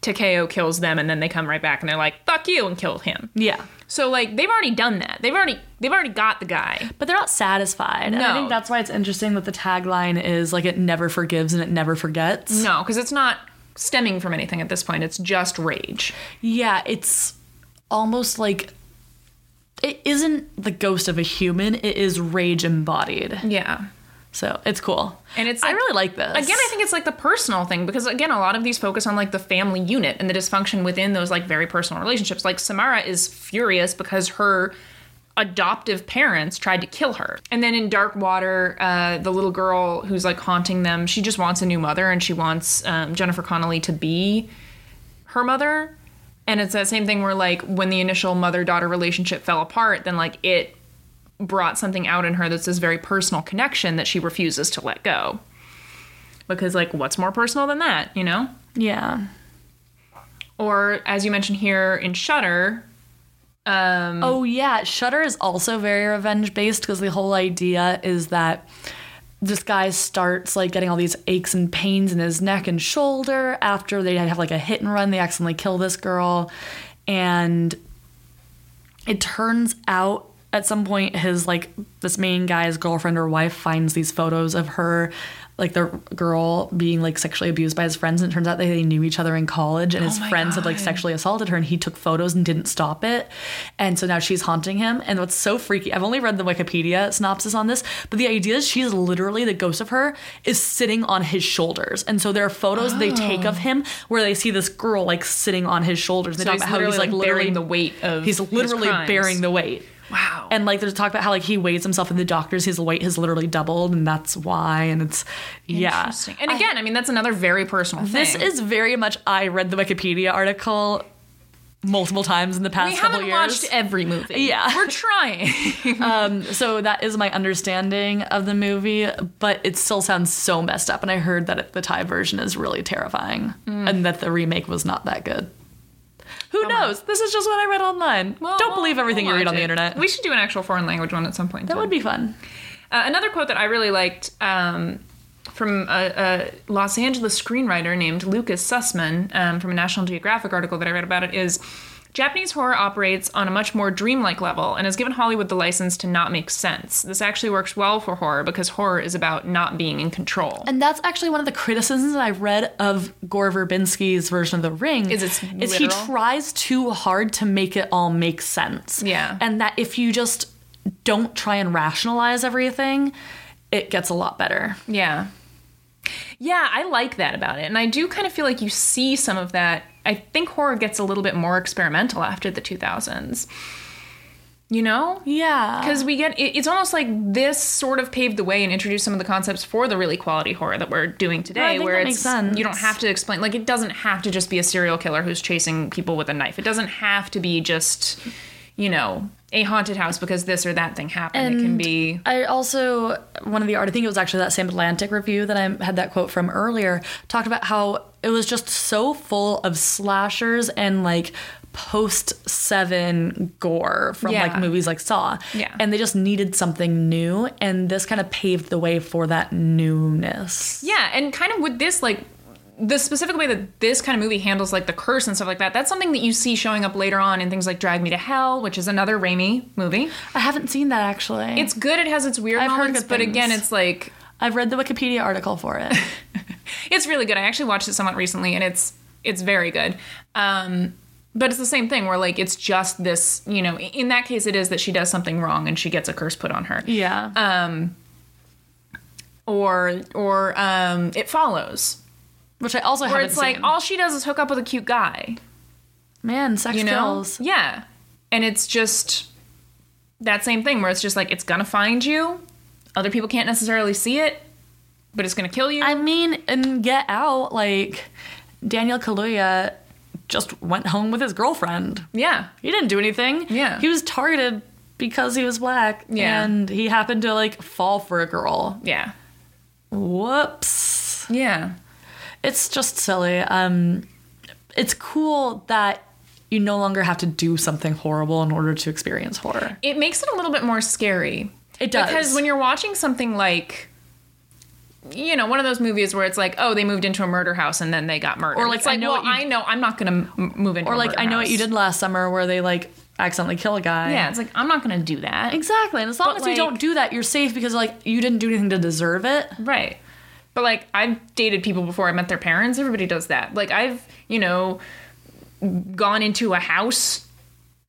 S1: Takeo kills them and then they come right back and they're like fuck you and kill him.
S2: Yeah.
S1: So like they've already done that. They've already they've already got the guy.
S2: But they're not satisfied. And I
S1: No.
S2: think that's why it's interesting that the tagline is like it never forgives and it never forgets.
S1: No, because it's not stemming from anything at this point. It's just rage.
S2: Yeah, it's almost like it isn't the ghost of a human, it is rage embodied.
S1: Yeah.
S2: So it's cool.
S1: And it's
S2: I
S1: like-
S2: really like this.
S1: Again, I think it's like the personal thing because again, a lot of these focus on like the family unit and the dysfunction within those like very personal relationships. Like Samara is furious because her adoptive parents tried to kill her, and then in Dark Water, uh, the little girl who's like haunting them, she just wants a new mother and she wants um, Jennifer Connelly to be her mother. And it's that same thing where like when the initial mother daughter relationship fell apart, then like it brought something out in her that's this very personal connection that she refuses to let go because like what's more personal than that you know
S2: Yeah.
S1: or as you mentioned here in shutter um
S2: Oh yeah, Shudder is also very revenge based because the whole idea is that this guy starts like getting all these aches and pains in his neck and shoulder after they have like a hit and run. They accidentally kill this girl, and it turns out at some point his like this main guy's girlfriend or wife finds these photos of her like the girl being like sexually abused by his friends and it turns out they, they knew each other in college and his
S1: Oh my
S2: friends had like
S1: God.
S2: sexually assaulted her and he took photos and didn't stop it and so now she's haunting him and what's so freaky i've only read the wikipedia synopsis on this but the idea is she's literally the ghost of her is sitting on his shoulders and so there are photos they take
S1: Oh.
S2: of him where they see this girl like sitting on his shoulders
S1: so
S2: and they
S1: he's
S2: talk about how he's like literally
S1: bearing the weight of
S2: he's
S1: his
S2: literally
S1: crimes.
S2: bearing the weight
S1: wow
S2: and like there's talk about how like he weighs himself in the doctors his weight has literally doubled and that's why and it's yeah
S1: Interesting. and again I, mean that's another very personal thing
S2: this is very much i read the wikipedia article multiple times in the past
S1: we
S2: couple
S1: haven't
S2: years
S1: watched every movie
S2: Yeah.
S1: we're trying
S2: Um, so that is my understanding of the movie but it still sounds so messed up and i heard that the thai version is really terrifying
S1: Mm.
S2: and that the remake was not that good who knows this is just what i read online
S1: Well,
S2: don't
S1: we'll-
S2: believe everything
S1: we'll
S2: you read on
S1: watch
S2: the
S1: it.
S2: internet
S1: we should do an actual foreign language one at some point
S2: that would be fun
S1: Uh, another quote that I really liked um, from a, a Los Angeles screenwriter named Lucas Sussman um, from a National Geographic article that I read about it is Japanese horror operates on a much more dreamlike level and has given Hollywood the license to not make sense. This actually works well for horror because horror is about not being in control.
S2: And that's actually one of the criticisms that I read of Gore Verbinski's version of The Ring.
S1: Is it's
S2: he
S1: literal?
S2: tries too hard to make it all make sense.
S1: Yeah.
S2: And that if you just don't try and rationalize everything, it gets a lot better.
S1: Yeah. Yeah, I like that about it. And I do kind of feel like you see some of that. I think horror gets a little bit more experimental after the 2000s. You know?
S2: Yeah.
S1: Because we get, it- it's almost like this sort of paved the way and introduced some of the concepts for the really quality horror that we're doing today,
S2: I think
S1: where
S2: that
S1: it's
S2: makes sense.
S1: you don't have to explain. Like, it doesn't have to just be a serial killer who's chasing people with a knife. It doesn't have to be just, you know, a haunted house because this or that thing happened. it can
S2: And
S1: be.
S2: I also one of the art. I think it was actually that same Atlantic review that I had that quote from earlier. Talked about how it was just so full of slashers and like post seven gore from
S1: Yeah.
S2: like movies like Saw.
S1: Yeah.
S2: and they just needed something new, and this kind of paved the way for that newness.
S1: Yeah, and kind of with this, like the specific way that this kind of movie handles like the curse and stuff like that, that's something that you see showing up later on in things like Drag Me to Hell, which is another Raimi movie.
S2: I haven't seen that actually.
S1: It's good, it has its weird
S2: I've heard
S1: moments,
S2: good
S1: but
S2: things.
S1: again, it's like
S2: I've read the Wikipedia article for it.
S1: it's really good. I actually watched it somewhat recently, and it's it's very good. Um, but it's the same thing where like it's just this, you know. In that case, it is that she does something wrong and she gets a curse put on her.
S2: yeah.
S1: Or or um, it follows
S2: Which I also
S1: where
S2: haven't
S1: it's like
S2: seen.
S1: all she does is hook up with a cute guy.
S2: Man, sex
S1: you know
S2: kills.
S1: yeah and it's just that same thing where it's just like it's gonna find you other people can't necessarily see it but it's gonna kill you
S2: I mean, and Get Out, like Daniel Kaluuya just went home with his girlfriend.
S1: yeah
S2: He didn't do anything.
S1: Yeah.
S2: he was targeted because he was black.
S1: Yeah.
S2: and he happened to like fall for a girl.
S1: yeah
S2: Whoops!
S1: yeah
S2: It's just silly. Um, it's cool that you no longer have to do something horrible in order to experience horror.
S1: it makes it a little bit more scary
S2: It does.
S1: because when you're watching something like you know, one of those movies where it's like, oh, they moved into a murder house and then they got murdered.
S2: Or like,
S1: it's like,
S2: I know
S1: well,
S2: what you-
S1: I know I'm not gonna m- move into.
S2: or
S1: a
S2: like
S1: murder
S2: I know what
S1: house.
S2: you did last summer, where they like accidentally kill a guy.
S1: Yeah, it's like I'm not gonna do that.
S2: Exactly. And as long
S1: But,
S2: as you don't
S1: like-
S2: do that, you're safe because like you didn't do anything to deserve it.
S1: Right. But like I've dated people before I met their parents. Everybody does that. Like I've, you know, gone into a house.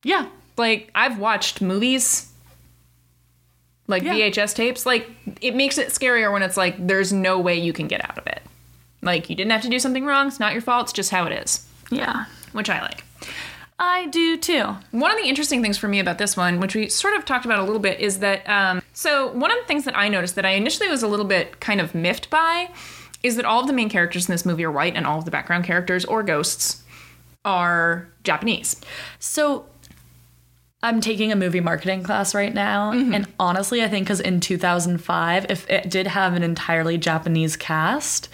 S2: Yeah.
S1: Like I've watched movies. Like
S2: Yeah.
S1: VHS tapes. Like it makes it scarier when it's like there's no way you can get out of it. Like you didn't have to do something wrong. It's not your fault. It's just how it is,
S2: Yeah.
S1: which I like.
S2: I do too.
S1: One of the interesting things for me about this one, which we sort of talked about a little bit, is that um, so one of the things that I noticed that I initially was a little bit kind of miffed by is that all of the main characters in this movie are white and all of the background characters or ghosts are Japanese.
S2: So I'm taking a movie marketing class right now. And honestly, I think because in 2005, if it did have an entirely Japanese cast,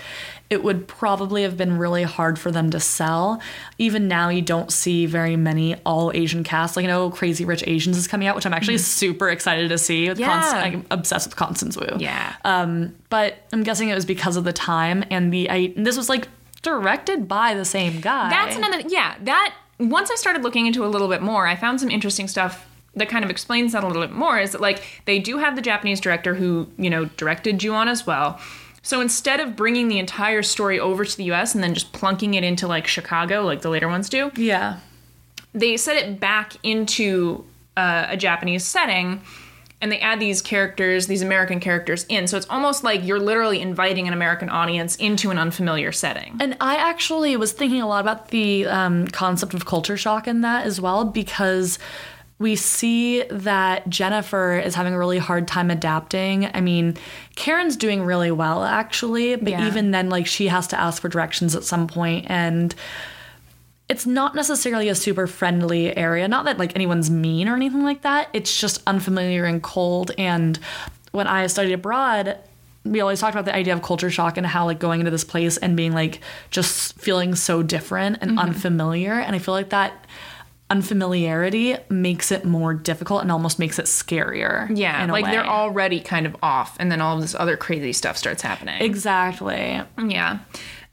S2: it would probably have been really hard for them to sell. Even now, you don't see very many all Asian casts. Like, you know, Crazy Rich Asians is coming out, which I'm actually super excited to see. With Const-
S1: Yeah.
S2: I'm obsessed with Constance Wu.
S1: Yeah.
S2: Um, but I'm guessing it was because of the time and the I, and this was like directed by the same guy.
S1: That's another yeah, that once I started looking into a little bit more, I found some interesting stuff that kind of explains that a little bit more is that like they do have the Japanese director who, you know, directed Juon as well. So instead of bringing the entire story over to the US and then just plunking it into like Chicago like the later ones do,
S2: yeah.
S1: they set it back into uh, a Japanese setting and they add these characters, these American characters in. So it's almost like you're literally inviting an American audience into an unfamiliar setting.
S2: And I actually was thinking a lot about the um, concept of culture shock in that as well, because we see that Jennifer is having a really hard time adapting. I mean, Karen's doing really well, actually, but
S1: Yeah.
S2: even then, like, she has to ask for directions at some point, and it's not necessarily a super friendly area. Not that like anyone's mean or anything like that. It's just unfamiliar and cold. And when I studied abroad, we always talked about the idea of culture shock and how like going into this place and being like just feeling so different and
S1: Mm-hmm.
S2: unfamiliar. And I feel like that unfamiliarity makes it more difficult and almost makes it scarier.
S1: Yeah,
S2: in a
S1: like
S2: way.
S1: they're already kind of off, and then all of this other crazy stuff starts happening.
S2: exactly.
S1: yeah.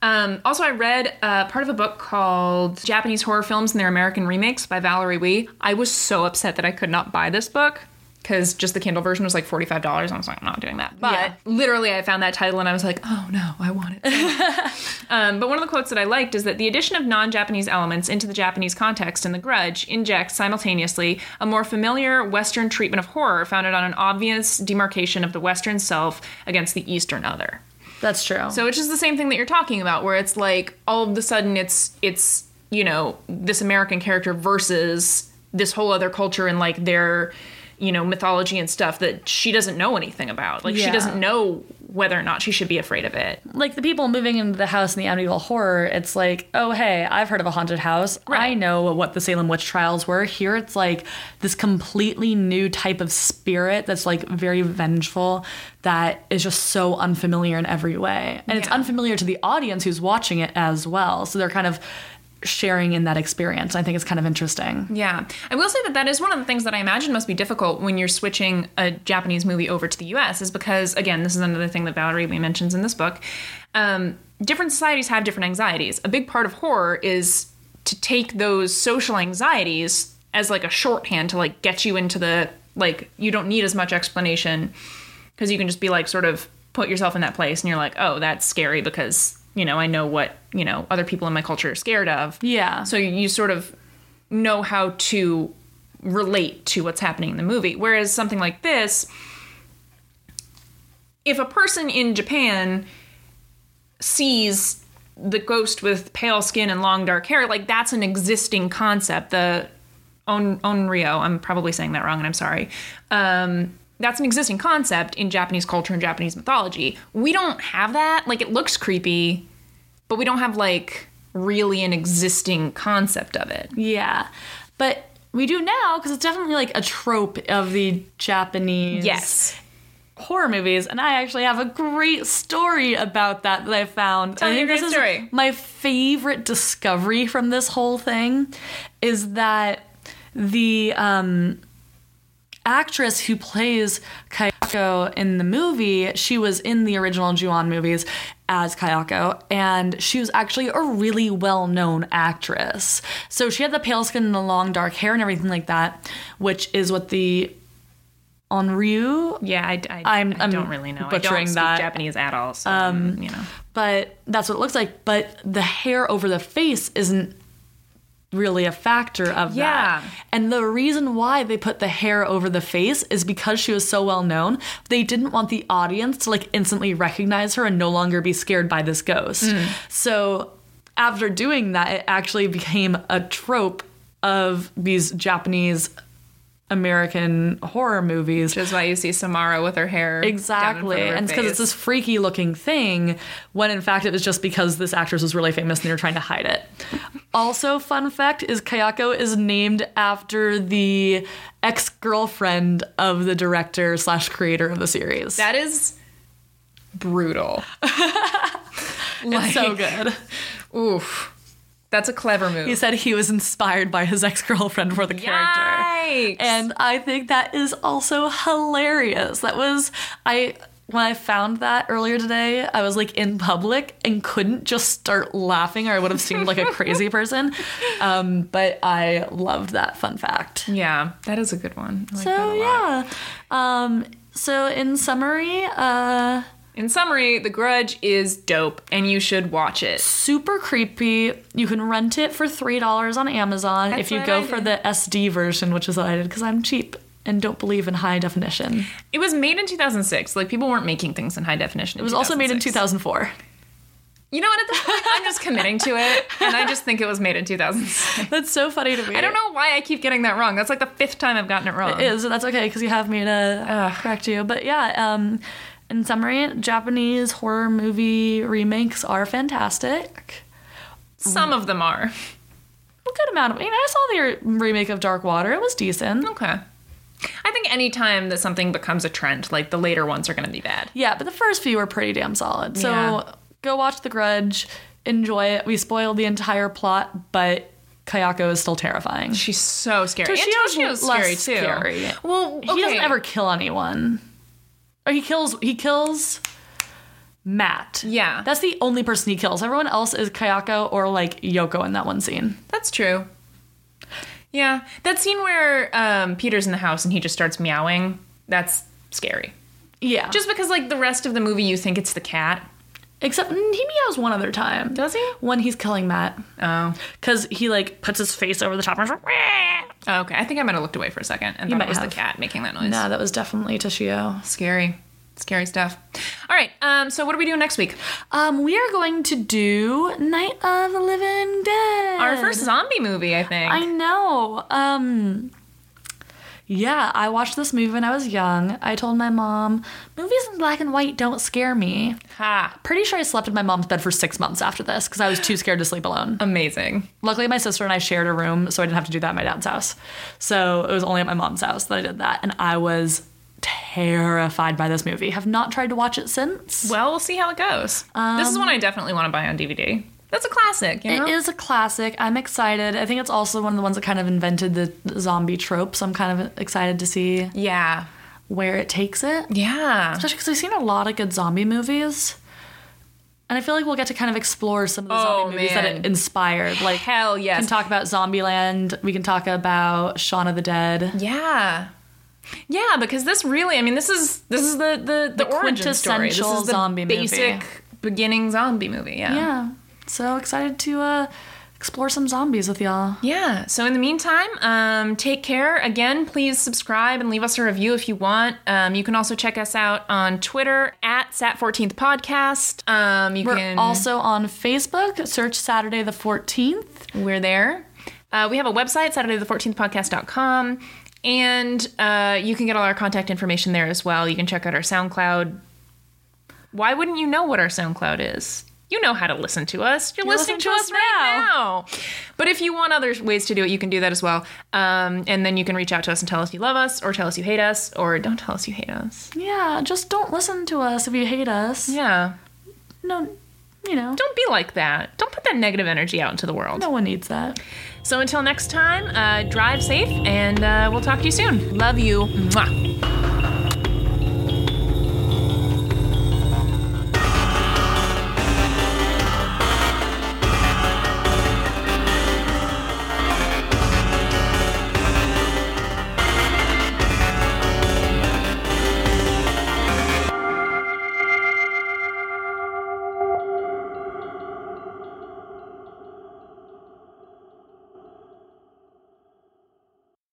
S1: Um, also, I read uh, part of a book called Japanese Horror Films and Their American Remakes by Valerie Wee. I was so upset that I could not buy this book. because just the Kindle version was like forty five dollars. I was like, I'm not doing that. But
S2: Yeah.
S1: literally, I found that title and I was like, oh no, I want it. um, but one of the quotes that I liked is that the addition of non Japanese elements into the Japanese context in The Grudge injects simultaneously a more familiar Western treatment of horror founded on an obvious demarcation of the Western self against the Eastern other.
S2: That's true.
S1: So it's just the same thing that you're talking about, where it's like all of a sudden it's it's you know this American character versus this whole other culture and like their you know mythology and stuff that she doesn't know anything about. Like she
S2: Yeah.
S1: doesn't know whether or not she should be afraid of it.
S2: like the people moving into the house in the Amityville horror, it's like, oh hey, I've heard of a haunted house. I
S1: Right.
S2: know what the Salem witch trials were. Here it's like this completely new type of spirit that's like very vengeful that is just so unfamiliar in every way. And it's
S1: Yeah.
S2: unfamiliar to the audience who's watching it as well. So they're kind of sharing in that experience. I think it's kind of interesting.
S1: Yeah. I will say that that is one of the things that I imagine must be difficult when you're switching a Japanese movie over to the US, is because, again, this is another thing that Valerie Lee mentions in this book. Um, different societies have different anxieties. A big part of horror is to take those social anxieties as like a shorthand to like get you into the like you don't need as much explanation because you can just be like sort of put yourself in that place and you're like oh that's scary because you know i know what you know other people in my culture are scared of
S2: Yeah.
S1: so you sort of know how to relate to what's happening in the movie. Whereas something like this, if a person in Japan sees the ghost with pale skin and long dark hair, like that's an existing concept. The on onryo, I'm probably saying that wrong, and I'm sorry. Um, that's an existing concept in Japanese culture and Japanese mythology. We don't have that. Like it looks creepy, but we don't have like really an existing concept of it.
S2: Yeah. But we do now because it's definitely like a trope of the Japanese
S1: Yes.
S2: horror movies, and I actually have a great story about that that I found.
S1: Tell
S2: I
S1: me
S2: think
S1: your
S2: this
S1: great
S2: is
S1: story.
S2: my favorite discovery from this whole thing is that the um, actress who plays Kayako in the movie, she was in the original Juon movies as Kayako, and she was actually a really well-known actress. So she had the pale skin and the long dark hair and everything like that, which is what the Onryu
S1: Yeah, I, I,
S2: I'm-
S1: I don't
S2: I'm
S1: really know. I
S2: butchering
S1: don't speak
S2: that.
S1: Japanese at all, so you know.
S2: but that's what it looks like. But the hair over the face isn't really a factor of
S1: Yeah.
S2: that. And the reason why they put the hair over the face is because she was so well known. They didn't want the audience to like instantly recognize her and no longer be scared by this ghost. So after doing that, it actually became a trope of these Japanese American horror movies
S1: Which is why you see Samara with her hair
S2: Exactly. And because it's this freaky looking thing, when in fact it was just because this actress was really famous and they were trying to hide it. also, fun fact is Kayako is named after the ex girlfriend of the director slash creator of the series.
S1: that is brutal.
S2: That's so good.
S1: Oof, that's a clever move.
S2: He said he was inspired by his ex girlfriend for the character.
S1: Yikes.
S2: And I think that is also hilarious. That was I when I found that earlier today, I was like in public and couldn't just start laughing or I would have seemed like a crazy person. Um, but I loved that fun fact.
S1: yeah, that is a good one. I like that
S2: So
S1: a lot.
S2: yeah. Um, so in summary, uh,
S1: In summary, The Grudge is dope, and you should watch it.
S2: super creepy. You can rent it for three dollars on Amazon
S1: That's
S2: if you
S1: what
S2: go
S1: I
S2: for
S1: did.
S2: the SD version, which is what I did because I'm cheap and don't believe in high definition.
S1: It was made in 2006. Like people weren't making things in high definition.
S2: It was also made in 2004.
S1: You know what? At this point, I'm just committing to it, and I just think it was made in 2006.
S2: That's so funny to me.
S1: I don't know why I keep getting that wrong. That's like the fifth time I've gotten it wrong.
S2: It is, and that's okay because you have me to correct you. But yeah, um, in summary, Japanese horror movie remakes are fantastic.
S1: Some of them are.
S2: A good amount of. You know, I saw the re- remake of Dark Water. It was decent.
S1: Okay. I think any time that something becomes a trend, like the later ones are going to be bad.
S2: Yeah, but the first few were pretty damn solid. So
S1: Yeah.
S2: go watch The Grudge, enjoy it. We spoiled the entire plot, but Kayako is still terrifying.
S1: She's so scary.
S2: Toshio's
S1: and Toshio's scary
S2: less
S1: too.
S2: scary.
S1: Well,
S2: He
S1: okay.
S2: doesn't ever kill anyone. Or he kills he kills Matt.
S1: Yeah.
S2: That's the only person he kills. Everyone else is Kayako or like Yoko in that one scene.
S1: That's true. Yeah, that scene where um, Peter's in the house and he just starts meowing. That's scary.
S2: Yeah.
S1: Just because like the rest of the movie, you think it's the cat.
S2: except mm, he meows one other time.
S1: Does he?
S2: When he's killing Matt.
S1: Oh,
S2: Because he like puts his face over the top and is like, "Wah!"
S1: Oh, okay. I think I might have looked away for a second and thought
S2: might
S1: it was
S2: have.
S1: the cat making that noise.
S2: No, that was definitely Toshio.
S1: Scary, scary stuff. All right. Um. So what are we doing next week?
S2: Um, we are going to do Night of the Living Dead.
S1: Our first zombie movie, I think.
S2: I know. Um Yeah, I watched this movie when I was young. I told my mom, movies in black and white don't scare me.
S1: ha.
S2: Pretty sure I slept in my mom's bed for six months after this because I was too scared to sleep alone.
S1: Amazing.
S2: Luckily, my sister and I shared a room, so I didn't have to do that at my dad's house. So it was only at my mom's house that I did that, and I was terrified by this movie. Have not tried to watch it since.
S1: Well, we'll see how it goes. this is
S2: Um,
S1: one I definitely want to buy on DVD. That's a classic. You know?
S2: It is a classic. I'm excited. I think it's also one of the ones that kind of invented the zombie trope, so I'm kind of excited to see
S1: Yeah.
S2: where it takes it.
S1: Yeah.
S2: Especially because I've seen a lot of good zombie movies. And I feel like we'll get to kind of explore some of the
S1: Oh,
S2: zombie movies that
S1: man.
S2: it inspired. Like,
S1: Hell yes.
S2: We can talk about Zombieland. We can talk about Shaun of the Dead.
S1: Yeah. Yeah, because this really, I mean, this is this is the the, the,
S2: The
S1: origin story. This
S2: quintessential
S1: is the
S2: zombie movie.
S1: basic beginning zombie movie. Yeah.
S2: Yeah. So excited to uh, explore some zombies with y'all.
S1: Yeah. So in the meantime, um, take care. Again, please subscribe and leave us a review if you want. Um, you can also check us out on Twitter at Sat14th Podcast. Um, you
S2: We're
S1: can
S2: also on Facebook. Search Saturday the 14th.
S1: We're there. Uh, we have a website, SaturdayThe14thPodcast.com, and uh, you can get all our contact information there as well. You can check out our SoundCloud. Why wouldn't you know what our SoundCloud is? You know how to listen to us. You're, listening, to, us right now. But if you want other ways to do it, you can do that as well. Um, and then you can reach out to us and tell us you love us, or tell us you hate us, or don't tell us you hate us.
S2: Yeah, just don't listen to us if you hate us.
S1: Yeah.
S2: No, you know,
S1: Don't be like that. Don't put that negative energy out into the world.
S2: no one needs that.
S1: So until next time, uh, drive safe, and uh, we'll talk to you soon. Love you. Mwah.